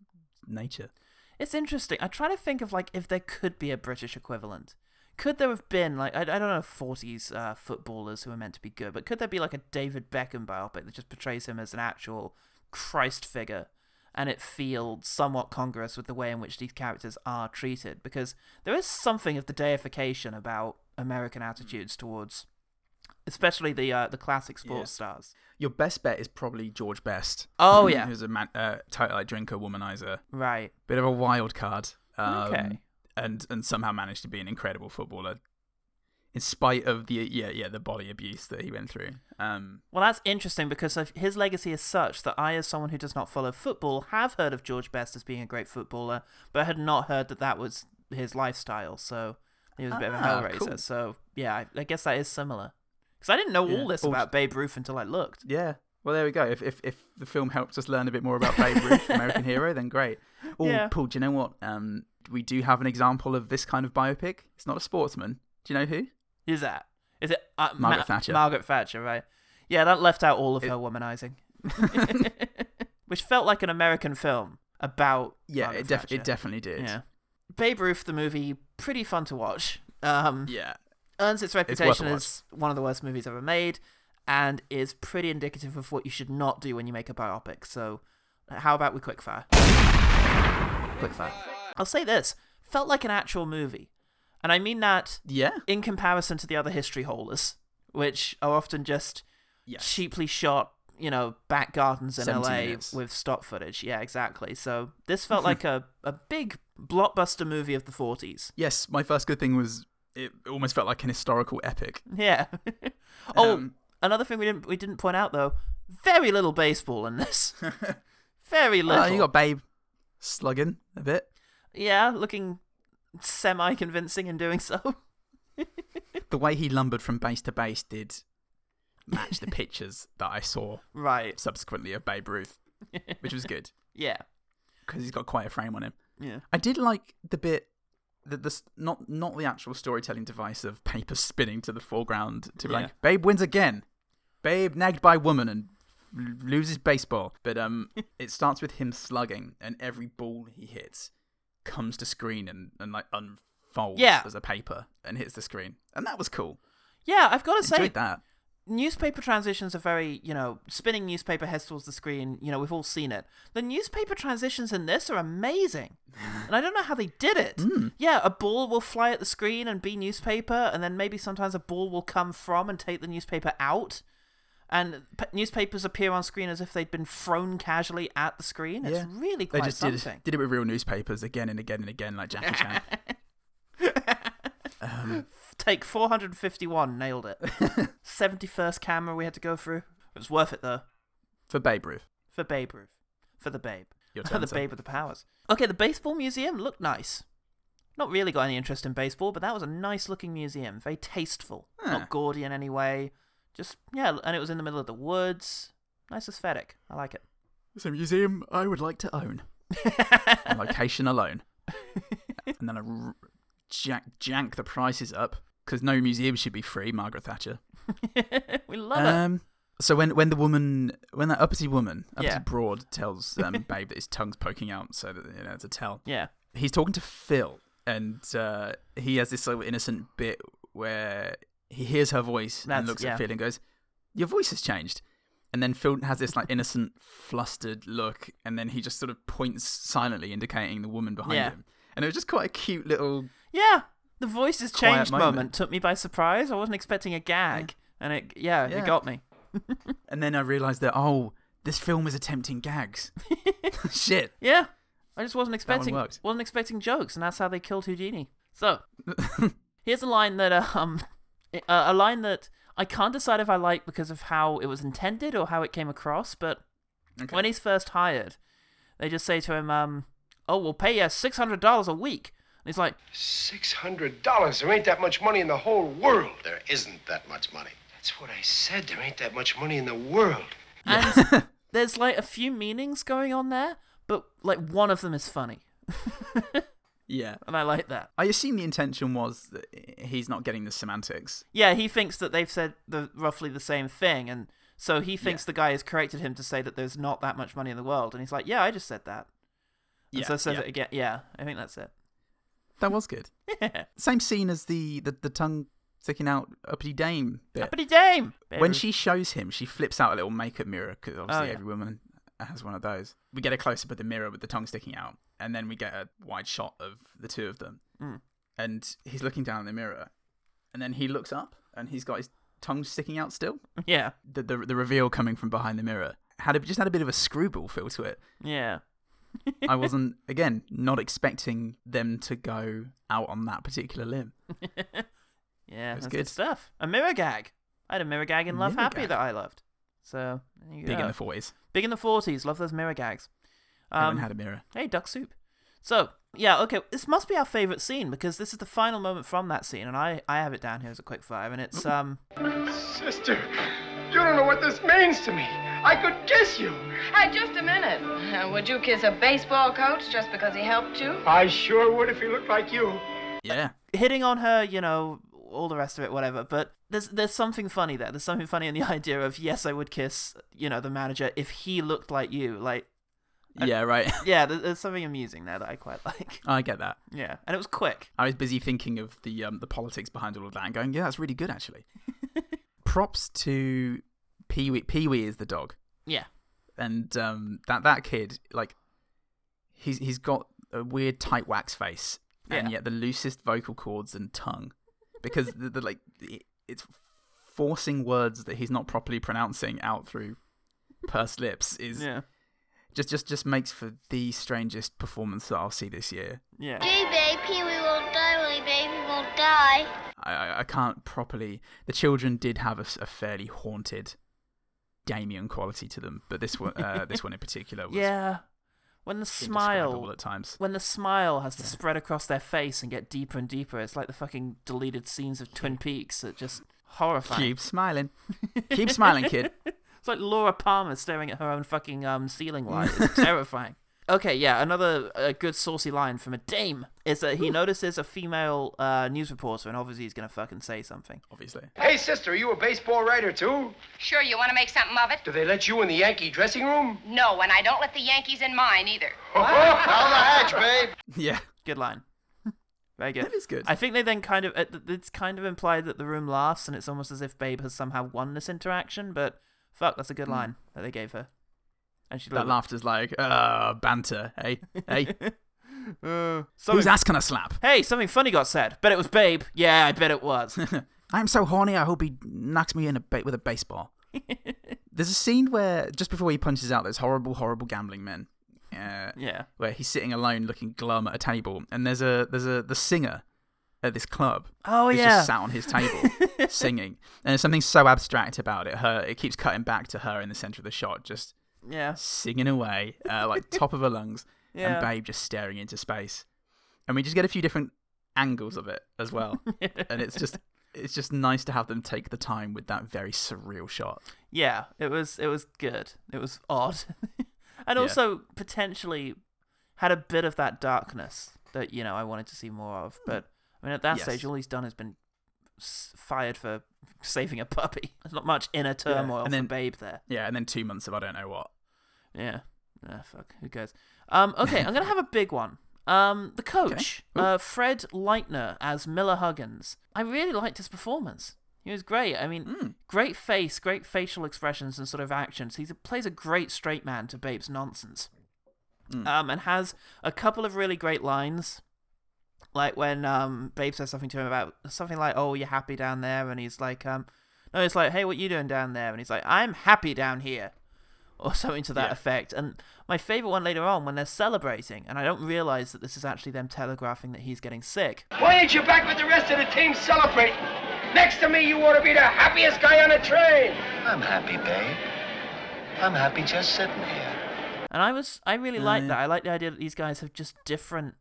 Speaker 2: nature.
Speaker 1: It's interesting. I'm trying to think of like if there could be a British equivalent. Could there have been like I, I don't know forties uh, footballers who are meant to be good, but could there be like a David Beckham biopic that just portrays him as an actual Christ figure, and it feels somewhat congruous with the way in which these characters are treated? Because there is something of the deification about American attitudes towards, especially the uh, the classic sports stars.
Speaker 2: Your best bet is probably George Best.
Speaker 1: Oh, yeah.
Speaker 2: who's a man, uh, tight like drinker, womanizer,
Speaker 1: Right.
Speaker 2: bit of a wild card. Um,
Speaker 1: Okay.
Speaker 2: and and somehow managed to be an incredible footballer, in spite of the yeah yeah the body abuse that he went through. Um,
Speaker 1: Well, that's interesting because of- his legacy is such that I, as someone who does not follow football, have heard of George Best as being a great footballer, but had not heard that that was his lifestyle. So he was a bit of a
Speaker 2: Ah,
Speaker 1: hellraiser.
Speaker 2: cool.
Speaker 1: So yeah, I, I guess that is similar. Because I didn't know
Speaker 2: Yeah.
Speaker 1: all this
Speaker 2: Also-
Speaker 1: about Babe Ruth until I looked.
Speaker 2: Yeah. Well, there we go. If if, if the film helps us learn a bit more about Babe Ruth, American Hero, then great. Oh,
Speaker 1: Yeah.
Speaker 2: Paul, do you know what? Um, we do have an example of this kind of biopic. It's not a sportsman. Do you know who?
Speaker 1: Is that? Is it uh,
Speaker 2: Margaret Thatcher.
Speaker 1: Margaret Thatcher, right? Yeah, that left out all of her womanizing, which felt like an American film about.
Speaker 2: Yeah,
Speaker 1: Margaret
Speaker 2: it, def-
Speaker 1: Thatcher.
Speaker 2: it definitely did.
Speaker 1: Yeah, Babe Ruth the movie, pretty fun to watch. Um,
Speaker 2: Yeah.
Speaker 1: earns its
Speaker 2: worth a
Speaker 1: reputation
Speaker 2: watch.
Speaker 1: as one of the worst movies ever made, and is pretty indicative of what you should not do when you make a biopic. So, how about we quickfire? Quickfire. I'll say this felt like an actual movie, and I mean that
Speaker 2: Yeah.
Speaker 1: in comparison to the other history haulers, which are often just
Speaker 2: Yeah.
Speaker 1: cheaply shot, you know, back gardens in
Speaker 2: 70
Speaker 1: LA
Speaker 2: minutes.
Speaker 1: with stock footage. Yeah, exactly. So this felt like a, a big blockbuster movie of the 40s.
Speaker 2: Yes, my first good thing was it almost felt like an historical epic.
Speaker 1: Yeah. oh,
Speaker 2: Um,
Speaker 1: another thing we didn't we didn't point out though, very little baseball in this. very little.
Speaker 2: Oh, you got Babe slugging a bit.
Speaker 1: Yeah, looking semi convincing in doing so.
Speaker 2: The way he lumbered from base to base did match the pictures that I saw
Speaker 1: right.
Speaker 2: subsequently of Babe Ruth, which was good
Speaker 1: Yeah.
Speaker 2: because he's got quite a frame on him.
Speaker 1: Yeah.
Speaker 2: I did like the bit that this not not the actual storytelling device of paper spinning to the foreground to be
Speaker 1: Yeah.
Speaker 2: like Babe wins again, Babe nagged by woman and l- loses baseball. But um, it starts with him slugging, and every ball he hits comes to screen and and like unfolds
Speaker 1: Yeah.
Speaker 2: as a paper and hits the screen, and that was cool.
Speaker 1: Yeah, I've got to say
Speaker 2: Enjoyed that.
Speaker 1: newspaper transitions are very, you know, spinning newspaper heads towards the screen. You know, we've all seen it. The newspaper transitions in this are amazing, and I don't know how they did it.
Speaker 2: Hmm.
Speaker 1: Yeah, a ball will fly at the screen and be newspaper, and then maybe sometimes a ball will come from and take the newspaper out. And p- newspapers appear on screen as if they'd been thrown casually at the screen. It's
Speaker 2: Yeah.
Speaker 1: really
Speaker 2: They
Speaker 1: quite
Speaker 2: just did,
Speaker 1: something.
Speaker 2: did it with real newspapers again and again and again, like Jackie Chan.
Speaker 1: Take 451 nailed it. 71st camera we had to go through. It was worth it though.
Speaker 2: For Babe Ruth.
Speaker 1: for Babe Ruth, for the Babe,
Speaker 2: Your
Speaker 1: for
Speaker 2: turn,
Speaker 1: the
Speaker 2: sir.
Speaker 1: Babe with the powers. Okay, the baseball museum looked nice. Not really got any interest in baseball, but that was a nice looking museum, very tasteful,
Speaker 2: Huh.
Speaker 1: not gaudy in any way. Just yeah, and it was in the middle of the woods. Nice aesthetic. I like it.
Speaker 2: It's a museum I would like to own. On location alone. and then I r- jack, jank the prices up because no museum should be free, Margaret Thatcher.
Speaker 1: we love it.
Speaker 2: Um, so when, when the woman, when that uppity woman, uppity
Speaker 1: Yeah.
Speaker 2: broad, tells um, Babe that his tongue's poking out so that, you know, it's a tell.
Speaker 1: Yeah,
Speaker 2: he's talking to Phil, and uh, he has this little innocent bit where he hears her voice
Speaker 1: That's-
Speaker 2: and looks
Speaker 1: yeah.
Speaker 2: at Phil and goes, "Your voice has changed." And then Phil has this like innocent, flustered look, and then he just sort of points silently, indicating the woman behind
Speaker 1: Yeah.
Speaker 2: him. And it was just quite a cute little
Speaker 1: yeah. The voices
Speaker 2: Quiet
Speaker 1: changed moment.
Speaker 2: moment.
Speaker 1: took me by surprise. I wasn't expecting a gag, and it yeah, it
Speaker 2: Yeah.
Speaker 1: got me.
Speaker 2: and then I realized that oh, this film is attempting gags. Shit.
Speaker 1: Yeah, I just wasn't expecting
Speaker 2: worked.
Speaker 1: wasn't expecting jokes, and that's how they killed Houdini. So here's a line that um a, a line that I can't decide if I like because of how it was intended or how it came across. But
Speaker 2: Okay.
Speaker 1: when he's first hired, they just say to him, um, "Oh, we'll pay you six hundred dollars a week," and he's like,
Speaker 6: Six hundred dollars. There ain't that much money in the whole world. There isn't that much money. That's what I said. There ain't that much money in the world.
Speaker 1: and there's like a few meanings going on there, but like one of them is funny,
Speaker 2: yeah.
Speaker 1: and I like that.
Speaker 2: I assume the intention was that he's not getting the semantics.
Speaker 1: Yeah, he thinks that they've said the roughly the same thing, and so he thinks
Speaker 2: Yeah.
Speaker 1: the guy has corrected him to say that there's not that much money in the world, and he's like, "Yeah, I just said that." And so says
Speaker 2: yeah.
Speaker 1: it again. Yeah, I think that's it.
Speaker 2: That was good. Same scene as the, the, the tongue sticking out uppity dame bit.
Speaker 1: Uppity dame.
Speaker 2: when
Speaker 1: Babe
Speaker 2: she shows him, she flips out a little makeup mirror because obviously
Speaker 1: Oh, yeah.
Speaker 2: every woman has one of those. We get a close up of the mirror with the tongue sticking out, and then we get a wide shot of the two of them.
Speaker 1: Mm.
Speaker 2: And he's looking down in the mirror, and then he looks up, and he's got his tongue sticking out still.
Speaker 1: Ruth. Yeah,
Speaker 2: The the, the reveal coming from behind the mirror had a, just had a bit of a screwball feel to it.
Speaker 1: yeah,
Speaker 2: I wasn't again not expecting them to go out on that particular limb.
Speaker 1: yeah.
Speaker 2: That's
Speaker 1: That's good.
Speaker 2: good.
Speaker 1: stuff. A mirror gag. I had a mirror gag in Love
Speaker 2: Mirror
Speaker 1: Happy
Speaker 2: gag.
Speaker 1: that I loved. So there you
Speaker 2: Big
Speaker 1: go.
Speaker 2: in the forties,
Speaker 1: Big in the forties. Love those mirror gags. Um,
Speaker 2: everyone had a mirror.
Speaker 1: Hey, duck soup. So, yeah, okay, this must be our favorite scene because this is the final moment from that scene, and I, I have it down here as a quick five, and it's um
Speaker 6: Sister, you don't know what this means to me. I could kiss you.
Speaker 8: Hey, just a minute. Uh, Would you kiss a baseball coach just because he helped you?
Speaker 6: I sure would if he looked like you.
Speaker 2: Yeah,
Speaker 1: hitting on her, you know, all the rest of it, whatever. But there's there's something funny there. There's something funny in the idea of yes, I would kiss you know the manager if he looked like you. Like Uh,
Speaker 2: yeah, right.
Speaker 1: yeah, there's, there's something amusing there that I quite like.
Speaker 2: I get that.
Speaker 1: Yeah, and it was quick.
Speaker 2: I was busy thinking of the um, the politics behind all of that and going, yeah, that's really good actually. Props to Pee Wee. Pee Wee is the dog,
Speaker 1: Yeah,
Speaker 2: and um, that that kid, like, he's he's got a weird tight wax face, and
Speaker 1: Yeah.
Speaker 2: yet the loosest vocal cords and tongue, because the, the like it- it's forcing words that he's not properly pronouncing out through pursed lips is
Speaker 1: yeah,
Speaker 2: just just just makes for the strangest performance that I'll see this year.
Speaker 1: yeah.
Speaker 9: Gee, baby, Pee Wee won't die, Willie Baby won't die.
Speaker 2: I- I, I can't properly. The children did have a, s- a fairly haunted Damien quality to them, but this one, uh, this one in particular, was
Speaker 1: Yeah. When the
Speaker 2: indescribable
Speaker 1: smile
Speaker 2: at times.
Speaker 1: when the smile has to spread across their face and get deeper and deeper, it's like the fucking deleted scenes of Twin Peaks that just horrifying.
Speaker 2: Keep smiling, keep smiling, kid.
Speaker 1: It's like Laura Palmer staring at her own fucking um, ceiling light. It's terrifying. Okay, yeah, another uh, good saucy line from a dame is that he notices a female uh, news reporter, and obviously he's gonna fucking say something.
Speaker 2: Obviously,
Speaker 6: Hey, sister, are you a baseball writer, too?
Speaker 8: Sure, you want to make something of it?
Speaker 6: Do they let you in the Yankee dressing room?
Speaker 8: No, and I don't let the Yankees in mine either.
Speaker 6: Down the hatch, babe.
Speaker 2: yeah,
Speaker 1: Good line. Very good.
Speaker 2: That is good.
Speaker 1: I think they then kind of it- it's kind of implied that the room laughs, and it's almost as if Babe has somehow won this interaction. But fuck, that's a good line that they gave her, and she
Speaker 2: Hmm. that laughter's like uh, banter. Hey, hey,
Speaker 1: "Uh, Something,
Speaker 2: whose ass can I slap?
Speaker 1: hey, something funny got said. Bet it was Babe. Yeah, I bet it was.
Speaker 2: I'm so horny. I hope he knocks me in a ba- with a baseball. There's a scene where just before he punches out those horrible, horrible gambling men. Uh,
Speaker 1: yeah.
Speaker 2: where he's sitting alone looking glum at a table and there's a there's a the singer at this club
Speaker 1: Oh,
Speaker 2: who's
Speaker 1: yeah.
Speaker 2: just sat on his table singing and there's something so abstract about it her it keeps cutting back to her in the center of the shot just
Speaker 1: Yeah.
Speaker 2: singing away uh, like top of her lungs
Speaker 1: Yeah.
Speaker 2: and babe just staring into space and we just get a few different angles of it as well and it's just it's just nice to have them take the time with that very surreal shot
Speaker 1: Yeah, it was it was good. It was odd, and also potentially had a bit of that darkness that you know I wanted to see more of. But I mean, at that
Speaker 2: Hmm. Yes.
Speaker 1: stage, all he's done has been s- fired for saving a puppy. There's not much inner turmoil
Speaker 2: and
Speaker 1: from
Speaker 2: then-
Speaker 1: Babe there.
Speaker 2: yeah and then two months of i don't know what
Speaker 1: Yeah. Ah, fuck. Who cares? Um. Okay, I'm gonna have a big one. Um. The coach,
Speaker 2: Ooh.
Speaker 1: uh, Fred Leitner as Miller Huggins. I really liked his performance. He was great. I mean, great face, great facial expressions and sort of actions. He plays a great straight man to Babe's nonsense. Um, and has a couple of really great lines. Like when um Babe says something to him about something like, "Oh, you're happy down there," and he's like, um, "No, it's like, hey, what you doing down there?" And he's like, "I'm happy down here." or something to that
Speaker 2: Yeah.
Speaker 1: effect. And my favorite one later on when they're celebrating, and I don't realize that this is actually them telegraphing that he's getting sick.
Speaker 6: Why ain't you back with the rest of the team celebrating? Next to me, you ought to be the happiest guy on the train.
Speaker 7: I'm happy, babe. I'm happy just sitting here.
Speaker 1: And I was, I really like that. I like the idea that these guys have just different.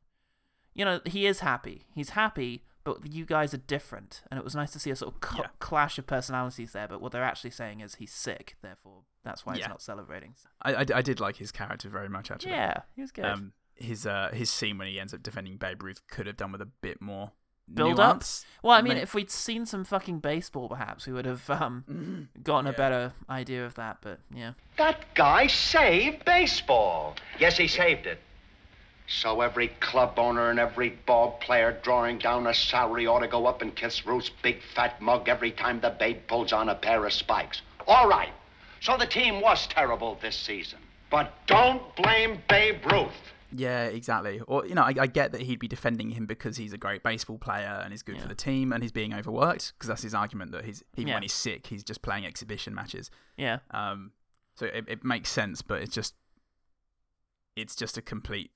Speaker 1: You know, he is happy. He's happy, but you guys are different. And it was nice to see a sort of co-
Speaker 2: Yeah.
Speaker 1: clash of personalities there. But what they're actually saying is he's sick, therefore that's why he's
Speaker 2: Yeah.
Speaker 1: not celebrating.
Speaker 2: I, I, I did like his character very much actually
Speaker 1: Yeah, he was good.
Speaker 2: um, his uh, his scene when he ends up defending Babe Ruth could have done with a bit more
Speaker 1: build up.
Speaker 2: nuance.
Speaker 1: Well, I mean,
Speaker 2: Like,
Speaker 1: if we'd seen some fucking baseball, perhaps we would have um,
Speaker 2: Mm-hmm.
Speaker 1: gotten a better idea of that. But yeah.
Speaker 7: That guy saved baseball. Yes, he saved it.
Speaker 5: So every club owner and every ball player drawing down a salary ought to go up and kiss Ruth's big fat mug every time the babe pulls on a pair of spikes. All right. So the team was terrible this season. But don't blame Babe Ruth.
Speaker 2: yeah, exactly. Or you know, I, I get that he'd be defending him because he's a great baseball player and he's good for the team and he's being overworked because that's his argument that he's even
Speaker 1: Yeah.
Speaker 2: when he's sick he's just playing exhibition matches.
Speaker 1: Yeah.
Speaker 2: Um, so it, it makes sense, but it's just it's just a complete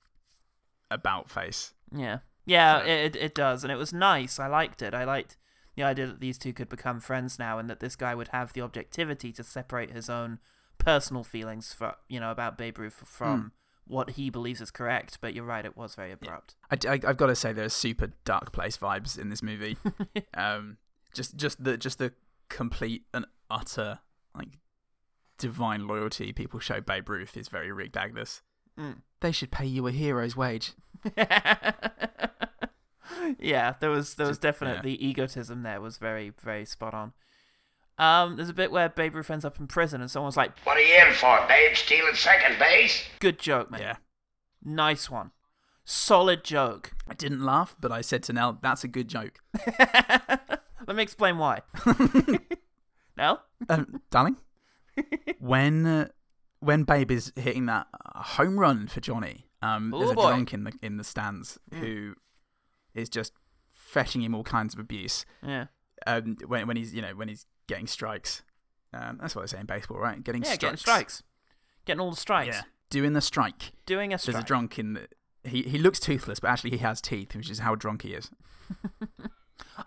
Speaker 2: about face.
Speaker 1: Yeah. Yeah,
Speaker 2: So-
Speaker 1: it it does. And it was nice. I liked it. I liked the idea that these two could become friends now and that this guy would have the objectivity to separate his own personal feelings for you know, about Babe Ruth from
Speaker 2: Hmm.
Speaker 1: what he believes is correct, but you're right, it was very abrupt.
Speaker 2: I, have got to say there's super dark place vibes in this movie. um, just just the just the complete and utter like divine loyalty people show Babe Ruth is very Rick
Speaker 1: Hmm.
Speaker 2: Douglas. They should pay you a hero's wage.
Speaker 1: yeah, there was there was
Speaker 2: Just- yeah.
Speaker 1: definite the egotism there was very very spot on. Um, there's a bit where Babe Ruth ends up in prison, and someone's like,
Speaker 5: What are you in for, babe? Stealing second base?
Speaker 1: "Good joke, mate.
Speaker 2: Yeah.
Speaker 1: Nice one, solid joke."
Speaker 2: I didn't laugh, but I said to Nell, that's a good joke.
Speaker 1: Let me explain why. no,
Speaker 2: Um, darling, when uh, when Babe is hitting that uh, home run for Johnny, um, there's
Speaker 1: Ooh,
Speaker 2: a
Speaker 1: boy.
Speaker 2: drunk in the in the stands who is just fetching him all kinds of abuse.
Speaker 1: yeah,
Speaker 2: Um, when when he's you know when he's getting strikes, um, that's what they say in baseball, right? Getting
Speaker 1: yeah,
Speaker 2: strikes.
Speaker 1: getting strikes, getting all the strikes,
Speaker 2: Yeah, doing the strike.
Speaker 1: doing a strike.
Speaker 2: There's a drunk in the. He, he looks toothless, but actually he has teeth, which is how drunk he is.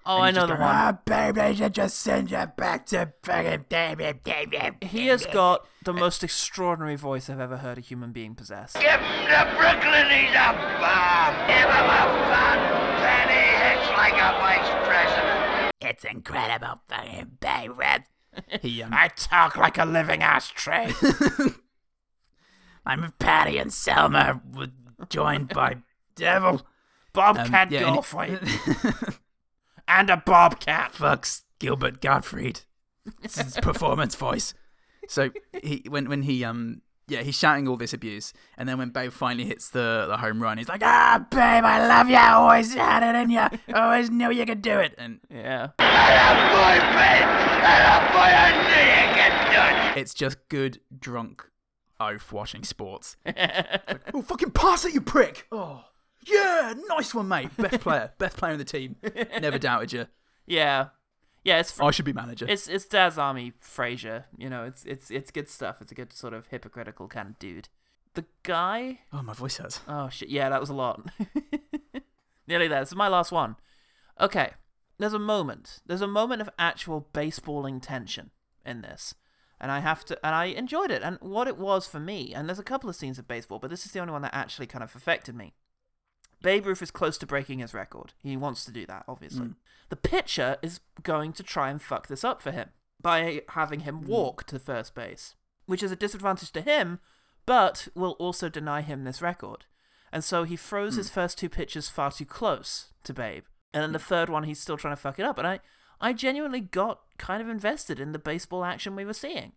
Speaker 1: oh,
Speaker 2: And
Speaker 1: I
Speaker 2: he's
Speaker 1: know
Speaker 2: just
Speaker 1: the
Speaker 2: going,
Speaker 1: one.
Speaker 2: Ah, baby, I should just send you back to fucking David. David."
Speaker 1: He has got the most extraordinary voice I've ever heard a human being possess.
Speaker 5: Give him to Brooklyn, he's a bomb. Give him a fun penny hits like a vice president.
Speaker 2: It's incredible, fucking David. He, um,
Speaker 1: talk like a living ashtray.
Speaker 2: I'm Patty and Selma, were joined by Devil.
Speaker 1: Bob
Speaker 2: Um,
Speaker 1: can't
Speaker 2: yeah,
Speaker 1: go
Speaker 2: and he-
Speaker 1: for you. and a bobcat.
Speaker 2: fucks Gilbert Gottfried. It's his performance voice. So he when when he um yeah he's shouting all this abuse, and then when Babe finally hits the the home run, he's like, "Ah, Babe, I love you. I always had it in you. I always knew you could do it." And
Speaker 1: Yeah.
Speaker 5: boy, babe. boy, I knew you could do it.
Speaker 2: it's just good drunk oaf watching sports. Like, oh, fucking pass it, you prick! Oh, yeah, nice one, mate. Best player, best player in the team. Never doubted you.
Speaker 1: Yeah. Yeah, it's fr-
Speaker 2: I should be manager.
Speaker 1: it's it's Daz Army Frasier. You know, it's it's it's good stuff. It's a good sort of hypocritical kind of dude. The guy
Speaker 2: oh, my voice hurts.
Speaker 1: Oh shit! Yeah, that was a lot. Nearly there. This is my last one. Okay. There's a moment. There's a moment of actual baseballing tension in this, and I have to. And I enjoyed it. And what it was for me. And there's a couple of scenes of baseball, but this is the only one that actually kind of affected me. Babe Ruth is close to breaking his record. He wants to do that, obviously. The pitcher is going to try and fuck this up for him by having him walk to first base, which is a disadvantage to him, but will also deny him this record. And so he throws his
Speaker 2: Hmm.
Speaker 1: first two pitches far too close to Babe. And then the third one, he's still trying to fuck it up. And I, I genuinely got kind of invested in the baseball action we were seeing.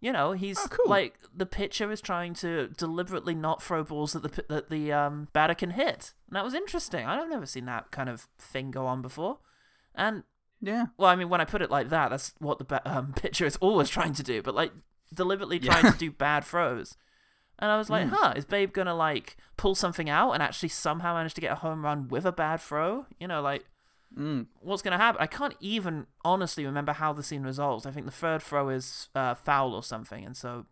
Speaker 1: You know, he's
Speaker 2: Oh, cool.
Speaker 1: like the pitcher is trying to deliberately not throw balls that the p- that the um, batter can hit, and that was interesting. I've never seen that kind of thing go on before, and
Speaker 2: Yeah.
Speaker 1: well, I mean, when I put it like that, that's what the ba- um, pitcher is always trying to do, but like deliberately
Speaker 2: Yeah.
Speaker 1: trying to do bad throws. And I was like, huh, is Babe gonna like pull something out and actually somehow manage to get a home run with a bad throw? You know, like what's gonna happen? I can't even honestly remember how the scene resolves. I think the third throw is uh, foul or something, and so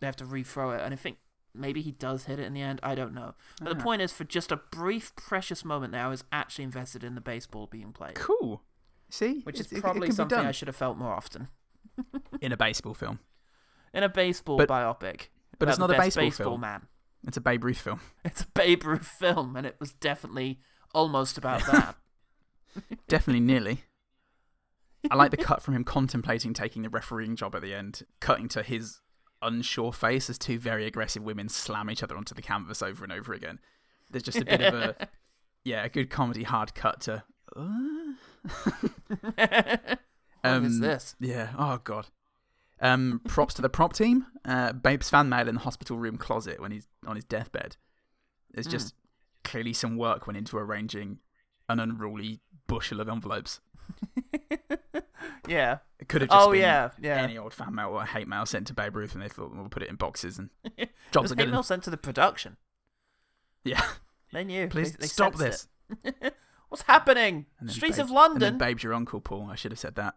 Speaker 1: they have to re-throw it. And I think maybe he does hit it in the end. I don't know. But the point is, for just a brief, precious moment there, I was actually invested in the baseball being played
Speaker 2: Cool. See,
Speaker 1: which
Speaker 2: It's-
Speaker 1: is
Speaker 2: it- it
Speaker 1: probably
Speaker 2: can be
Speaker 1: something
Speaker 2: done.
Speaker 1: I should have felt more often
Speaker 2: in a baseball film.
Speaker 1: in a baseball
Speaker 2: But-
Speaker 1: biopic.
Speaker 2: but it's
Speaker 1: about
Speaker 2: not
Speaker 1: the
Speaker 2: a
Speaker 1: best
Speaker 2: baseball
Speaker 1: baseball
Speaker 2: film.
Speaker 1: man.
Speaker 2: It's a Babe Ruth film.
Speaker 1: It's a Babe Ruth film, and it was definitely almost about that.
Speaker 2: Definitely nearly. I like the cut from him contemplating taking the refereeing job at the end, cutting to his unsure face as two very aggressive women slam each other onto the canvas over and over again. There's just a bit of a yeah, a good comedy hard cut to
Speaker 1: What is this?
Speaker 2: Yeah. Oh god. Um, props to the prop team. Uh, Babe's fan mail in the hospital room closet when he's on his deathbed. There's
Speaker 1: Hmm.
Speaker 2: just clearly some work went into arranging an unruly bushel of envelopes.
Speaker 1: yeah,
Speaker 2: It could have just
Speaker 1: Oh,
Speaker 2: been
Speaker 1: yeah, yeah.
Speaker 2: any old fan mail or hate mail sent to Babe Ruth, and they thought we'll put it in boxes and jobs
Speaker 1: was
Speaker 2: are good.
Speaker 1: email
Speaker 2: enough.
Speaker 1: sent to the production.
Speaker 2: Yeah,
Speaker 1: They knew.
Speaker 2: please
Speaker 1: They- they
Speaker 2: stop
Speaker 1: sensed it.
Speaker 2: this.
Speaker 1: What's happening?
Speaker 2: And then
Speaker 1: Streets
Speaker 2: Babe-
Speaker 1: of
Speaker 2: And then
Speaker 1: London.
Speaker 2: Babe's your uncle, Paul. I should have said that.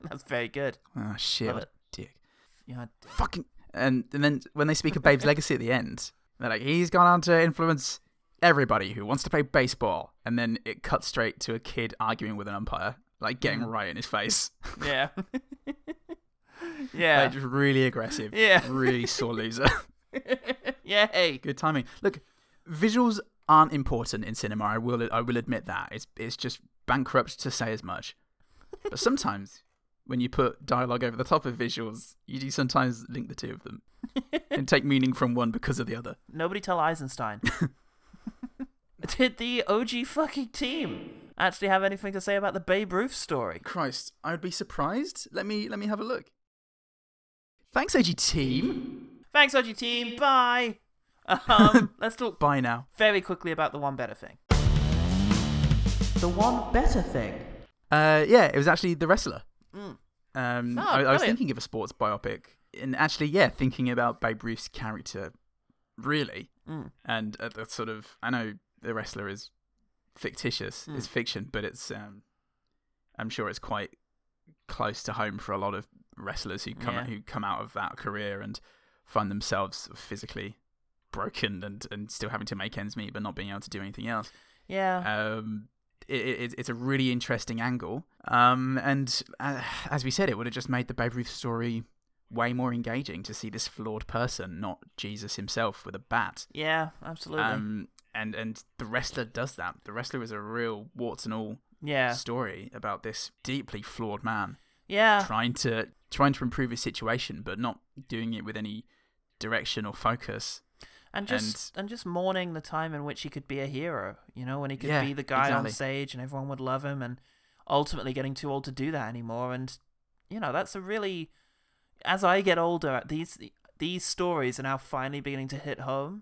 Speaker 1: That's very good.
Speaker 2: Oh shit,
Speaker 1: Love
Speaker 2: what a
Speaker 1: it.
Speaker 2: dick.
Speaker 1: Yeah,
Speaker 2: Fucking. And and then when they speak of Babe's legacy at the end, they're like, he's gone on to influence everybody who wants to play baseball. And then it cuts straight to a kid arguing with an umpire, like getting
Speaker 1: Mm.
Speaker 2: right in his face.
Speaker 1: yeah, yeah.
Speaker 2: Like, just really aggressive.
Speaker 1: Yeah.
Speaker 2: Really sore loser.
Speaker 1: Yay!
Speaker 2: Good timing. Look, visuals aren't important in cinema. I will I will admit that. It's it's just bankrupt to say as much. But sometimes when you put dialogue over the top of visuals, you do sometimes link the two of them and take meaning from one because of the other.
Speaker 1: Nobody tell Eisenstein. Did the OG fucking team actually have anything to say about the Babe Ruth story?
Speaker 2: Christ, I would be surprised. Let me let me have a look. Thanks, OG team.
Speaker 1: Thanks, OG team. Bye. Um, let's talk
Speaker 2: Bye now.
Speaker 1: very quickly about the one better thing. The one better thing.
Speaker 2: Uh, yeah, it was actually the wrestler. Um,
Speaker 1: Oh,
Speaker 2: I, I was
Speaker 1: Mm. brilliant.
Speaker 2: thinking of a sports biopic, and actually, yeah, thinking about Babe Ruth's character, really,
Speaker 1: Mm.
Speaker 2: and uh, the sort of I know the wrestler is fictitious,
Speaker 1: Mm.
Speaker 2: it's fiction, but it's um, I'm sure it's quite close to home for a lot of wrestlers who come
Speaker 1: Yeah.
Speaker 2: who come out of that career and find themselves physically broken and and still having to make ends meet, but not being able to do anything else
Speaker 1: Yeah.
Speaker 2: um, it, it, it's a really interesting angle. Um, and uh, as we said, it would have just made the Babe Ruth story way more engaging to see this flawed person, not Jesus himself with a bat.
Speaker 1: yeah, absolutely.
Speaker 2: Um, and and the wrestler does that. The wrestler is a real warts and all
Speaker 1: yeah.
Speaker 2: story about this deeply flawed man
Speaker 1: Yeah.
Speaker 2: trying to trying to improve his situation, but not doing it with any direction or focus.
Speaker 1: and just and, just mourning the time in which he could be a hero you know when he could
Speaker 2: Yeah,
Speaker 1: be the guy on
Speaker 2: exactly.
Speaker 1: stage and everyone would love him and ultimately getting too old to do that anymore and you know that's a really as i get older these these stories are now finally beginning to hit home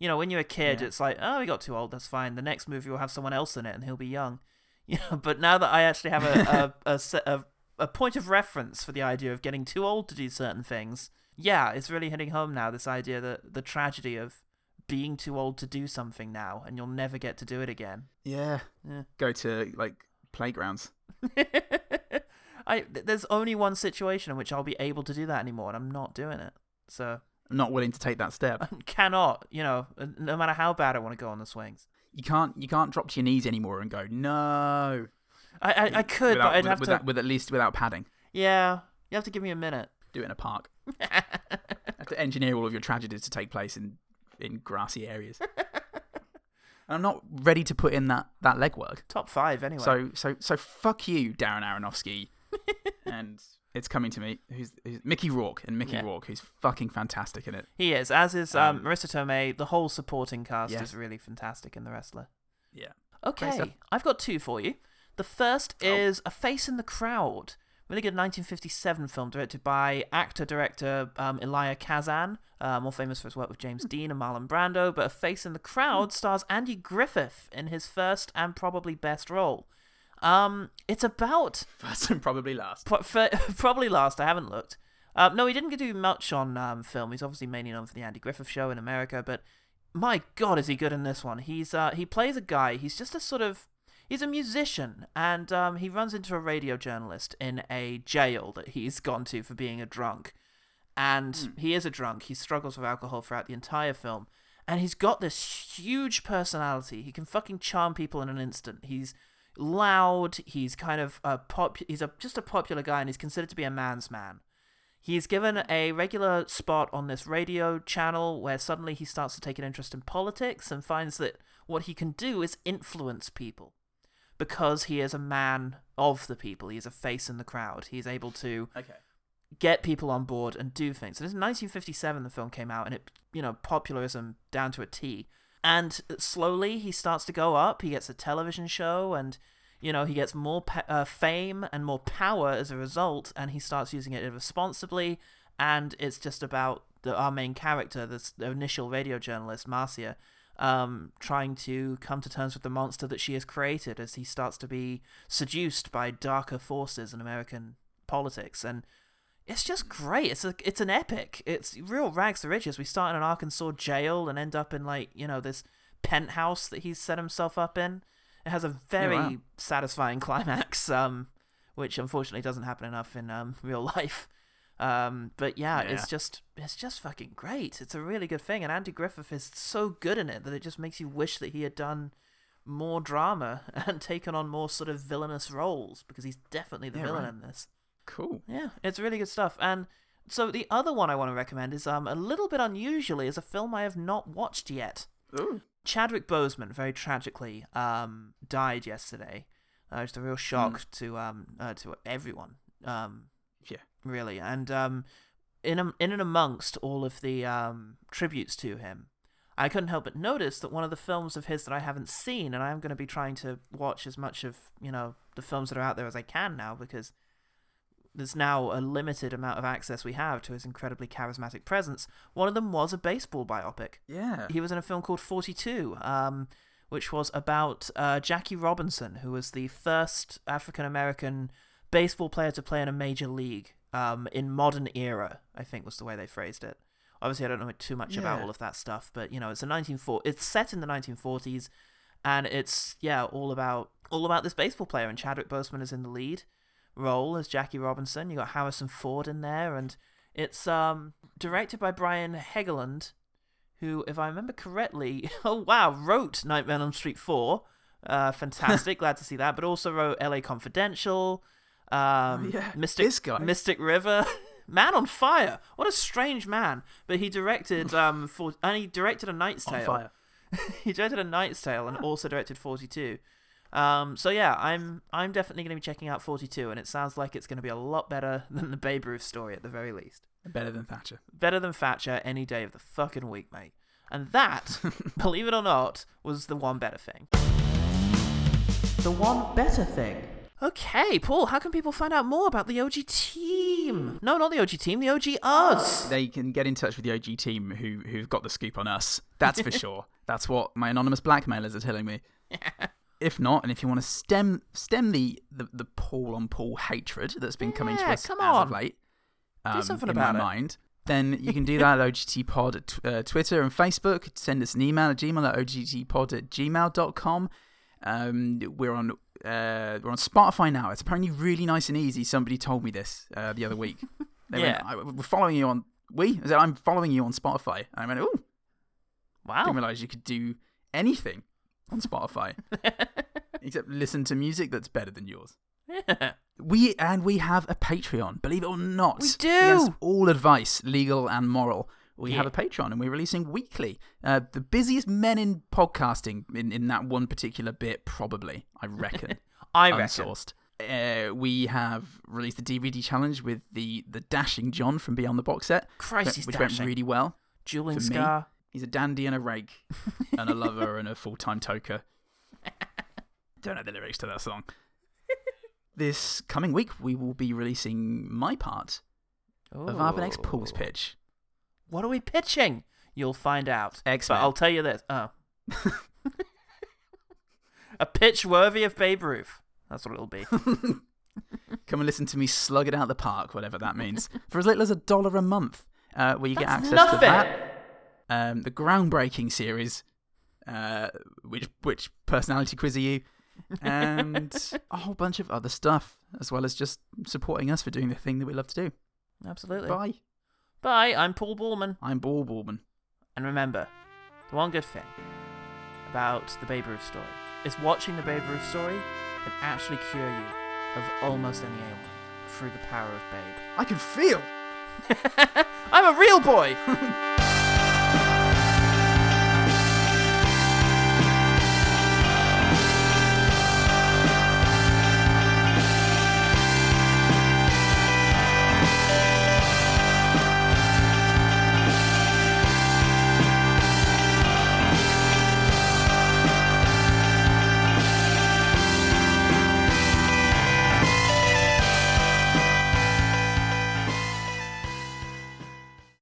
Speaker 1: you know when you're a kid
Speaker 2: Yeah.
Speaker 1: it's like oh he got too old that's fine the next movie will have someone else in it and he'll be young you know but now that i actually have a a, a, set of a point of reference for the idea of getting too old to do certain things yeah, it's really hitting home now this idea that the tragedy of being too old to do something now and you'll never get to do it again.
Speaker 2: Yeah.
Speaker 1: Yeah.
Speaker 2: Go to like playgrounds.
Speaker 1: I th- there's only one situation in which I'll be able to do that anymore and I'm not doing it. So
Speaker 2: I'm not willing to take that step.
Speaker 1: I cannot, you know, uh, no matter how bad I want to go on the swings.
Speaker 2: you can't you can't drop to your knees anymore and go no.
Speaker 1: I I, I could,
Speaker 2: without,
Speaker 1: but I'd
Speaker 2: with,
Speaker 1: have
Speaker 2: with
Speaker 1: to
Speaker 2: that- with at least without padding.
Speaker 1: Yeah, you have to give me a minute.
Speaker 2: Do it in a park. have to engineer all of your tragedies to take place in in grassy areas. and I'm not ready to put in that that legwork.
Speaker 1: Top 5 anyway.
Speaker 2: So so so fuck you, Darren Aronofsky. and it's coming to me. Who's, who's Mickey Rourke and Mickey
Speaker 1: Yeah.
Speaker 2: Rourke, who's fucking fantastic in it.
Speaker 1: he is, as is um,
Speaker 2: Um,
Speaker 1: Marissa Tomei. The whole supporting cast
Speaker 2: Yes.
Speaker 1: is really fantastic in The Wrestler.
Speaker 2: Yeah.
Speaker 1: Okay,
Speaker 2: stuff.
Speaker 1: I've got two for you. The first is A Face in the Crowd, really good 1957 film directed by actor director um, Elia Kazan, uh, more famous for his work with James Dean and Marlon Brando. But A Face in the Crowd stars Andy Griffith in his first and probably best role. Um, it's about
Speaker 2: First and probably last.
Speaker 1: Pro- fir- probably last. I haven't looked. Um, no, he didn't do much on um, film. He's obviously mainly known for the Andy Griffith Show in America, but my God, is he good in this one? He's uh, he plays a guy. He's just a sort of he's a musician, and um, he runs into a radio journalist in a jail that he's gone to for being a drunk and he is a drunk. He struggles with alcohol throughout the entire film, and he's got this huge personality. He can fucking charm people in an instant. He's loud. He's kind of a pop. He's a just a popular guy, and he's considered to be a man's man. He's given a regular spot on this radio channel where suddenly he starts to take an interest in politics and finds that what he can do is influence people because he is a man of the people. He is a face in the crowd. He is able to
Speaker 2: Okay.
Speaker 1: get people on board and do things. And it's 1957 the film came out, and it you know popularism down to a T. And slowly he starts to go up. He gets a television show, and you know he gets more pa- uh, fame and more power as a result. And he starts using it irresponsibly. And it's just about the, our main character, this the initial radio journalist Marcia, um, trying to come to terms with the monster that she has created as he starts to be seduced by darker forces in American politics. And it's just great. It's a, it's an epic. It's real rags to riches. We start in an Arkansas jail and end up in like you know this penthouse that he's set himself up in. It has a very
Speaker 2: Oh, wow.
Speaker 1: satisfying climax, um, which unfortunately doesn't happen enough in um, real life. Um, but yeah, it's
Speaker 2: Yeah.
Speaker 1: just it's just fucking great. It's a really good thing, and Andy Griffith is so good in it that it just makes you wish that he had done more drama and taken on more sort of villainous roles because he's definitely the
Speaker 2: Yeah,
Speaker 1: villain
Speaker 2: right.
Speaker 1: in this.
Speaker 2: Cool.
Speaker 1: Yeah, it's really good stuff. And so the other one I want to recommend is um a little bit unusually is a film I have not watched yet.
Speaker 2: Ooh.
Speaker 1: Chadwick Boseman very tragically um died yesterday. Uh, just a real shock to um uh, to everyone. Um,
Speaker 2: Yeah.
Speaker 1: really. And um, in am in and amongst all of the um, tributes to him, I couldn't help but notice that one of the films of his that I haven't seen, and I'm going to be trying to watch as much of you know the films that are out there as I can now because there's now a limited amount of access we have to his incredibly charismatic presence. One of them was a baseball biopic.
Speaker 2: Yeah.
Speaker 1: He was in a film called 42, um, which was about uh, Jackie Robinson, who was the first African American baseball player to play in a major league um, in modern era, I think was the way they phrased it. Obviously, I don't know too much about
Speaker 2: Yeah.
Speaker 1: all of that stuff, but you know, it's a 1940. It's set in the 1940s, and it's yeah, all about all about this baseball player. And Chadwick Boseman is in the lead role as Jackie Robinson. You got Harrison Ford in there, and it's um, directed by Brian Hegeland, who, if I remember correctly, oh wow, wrote Nightmare on Elm Street 4. Uh, fantastic, glad to see that. But also wrote L.A. Confidential, um,
Speaker 2: Oh, yeah,
Speaker 1: Mystic,
Speaker 2: this guy.
Speaker 1: Mystic River, Man on Fire. What a strange man! But he directed um, for and he directed A Knight's
Speaker 2: On
Speaker 1: Tale.
Speaker 2: fire.
Speaker 1: he directed A Knight's Tale and also directed 42. Um, so yeah, I'm I'm definitely going to be checking out 42, and it sounds like it's going to be a lot better than the Babe Ruth story at the very least
Speaker 2: Better than Thatcher.
Speaker 1: better than Thatcher any day of the fucking week, mate. And that, believe it or not, was the one better thing. The one better thing. Okay, Paul, how can people find out more about the OG team? No, not the OG team, the OG us.
Speaker 2: They can get in touch with the OG team who who've got the scoop on us. That's for sure. That's what my anonymous blackmailers are telling me. if not, and if you want to stem stem the the, the Paul on Paul hatred that's been coming to
Speaker 1: Yeah,
Speaker 2: us
Speaker 1: come
Speaker 2: as of
Speaker 1: on.
Speaker 2: late, um,
Speaker 1: something
Speaker 2: in
Speaker 1: about
Speaker 2: my
Speaker 1: it.
Speaker 2: mind, then you can do that at OGTpod at tw- uh, Twitter and Facebook. Send us an email at gmail at OGTpod at gmail.com. Um, we're on uh, we're on Spotify now. It's apparently really nice and easy. Somebody told me this uh, the other week. They
Speaker 1: Yeah.
Speaker 2: went, I, we're following you on we. I said, I'm following you on Spotify. And I went, oh,
Speaker 1: Wow.
Speaker 2: didn't realize you could do anything on Spotify except listen to music that's better than yours.
Speaker 1: Yeah.
Speaker 2: We and we have a Patreon, believe it or not.
Speaker 1: We do.
Speaker 2: Against all advice, legal and moral. We
Speaker 1: Yeah.
Speaker 2: have a Patreon, and we're releasing weekly. Uh, the busiest men in podcasting in, in that one particular bit, probably. I reckon.
Speaker 1: I reckon.
Speaker 2: Unsourced. Uh, we have released the DVD challenge with the the dashing John from Beyond the Box Set,
Speaker 1: Christ,
Speaker 2: which-
Speaker 1: he's
Speaker 2: which
Speaker 1: dashing.
Speaker 2: went really well
Speaker 1: Dueling
Speaker 2: for me.
Speaker 1: Scar.
Speaker 2: He's a dandy and a rake, and a lover and a full time toker. Don't know the lyrics to that song. This coming week, we will be releasing my part of Urban X Paul's
Speaker 1: Ooh.
Speaker 2: pitch.
Speaker 1: What are we pitching? You'll find out.
Speaker 2: X-Men.
Speaker 1: But I'll tell you this. Oh. a pitch worthy of Babe Ruth. That's what it'll be.
Speaker 2: Come and listen to me slug it out the park, whatever that means, for as little as a dollar a month, uh, where you get
Speaker 1: That's
Speaker 2: access
Speaker 1: nothing.
Speaker 2: to that, um, the groundbreaking series, uh, which which personality quiz are you, and a whole bunch of other stuff, as well as just supporting us for doing the thing that we love to do.
Speaker 1: Absolutely.
Speaker 2: Bye.
Speaker 1: Bye. I'm Paul Ballman.
Speaker 2: I'm Ball Ballman.
Speaker 1: And remember, the one good thing about the Babe Ruth story is watching the Babe Ruth story can actually cure you of almost any ailment through the power of
Speaker 2: I can feel.
Speaker 1: Babe. I'm a real boy!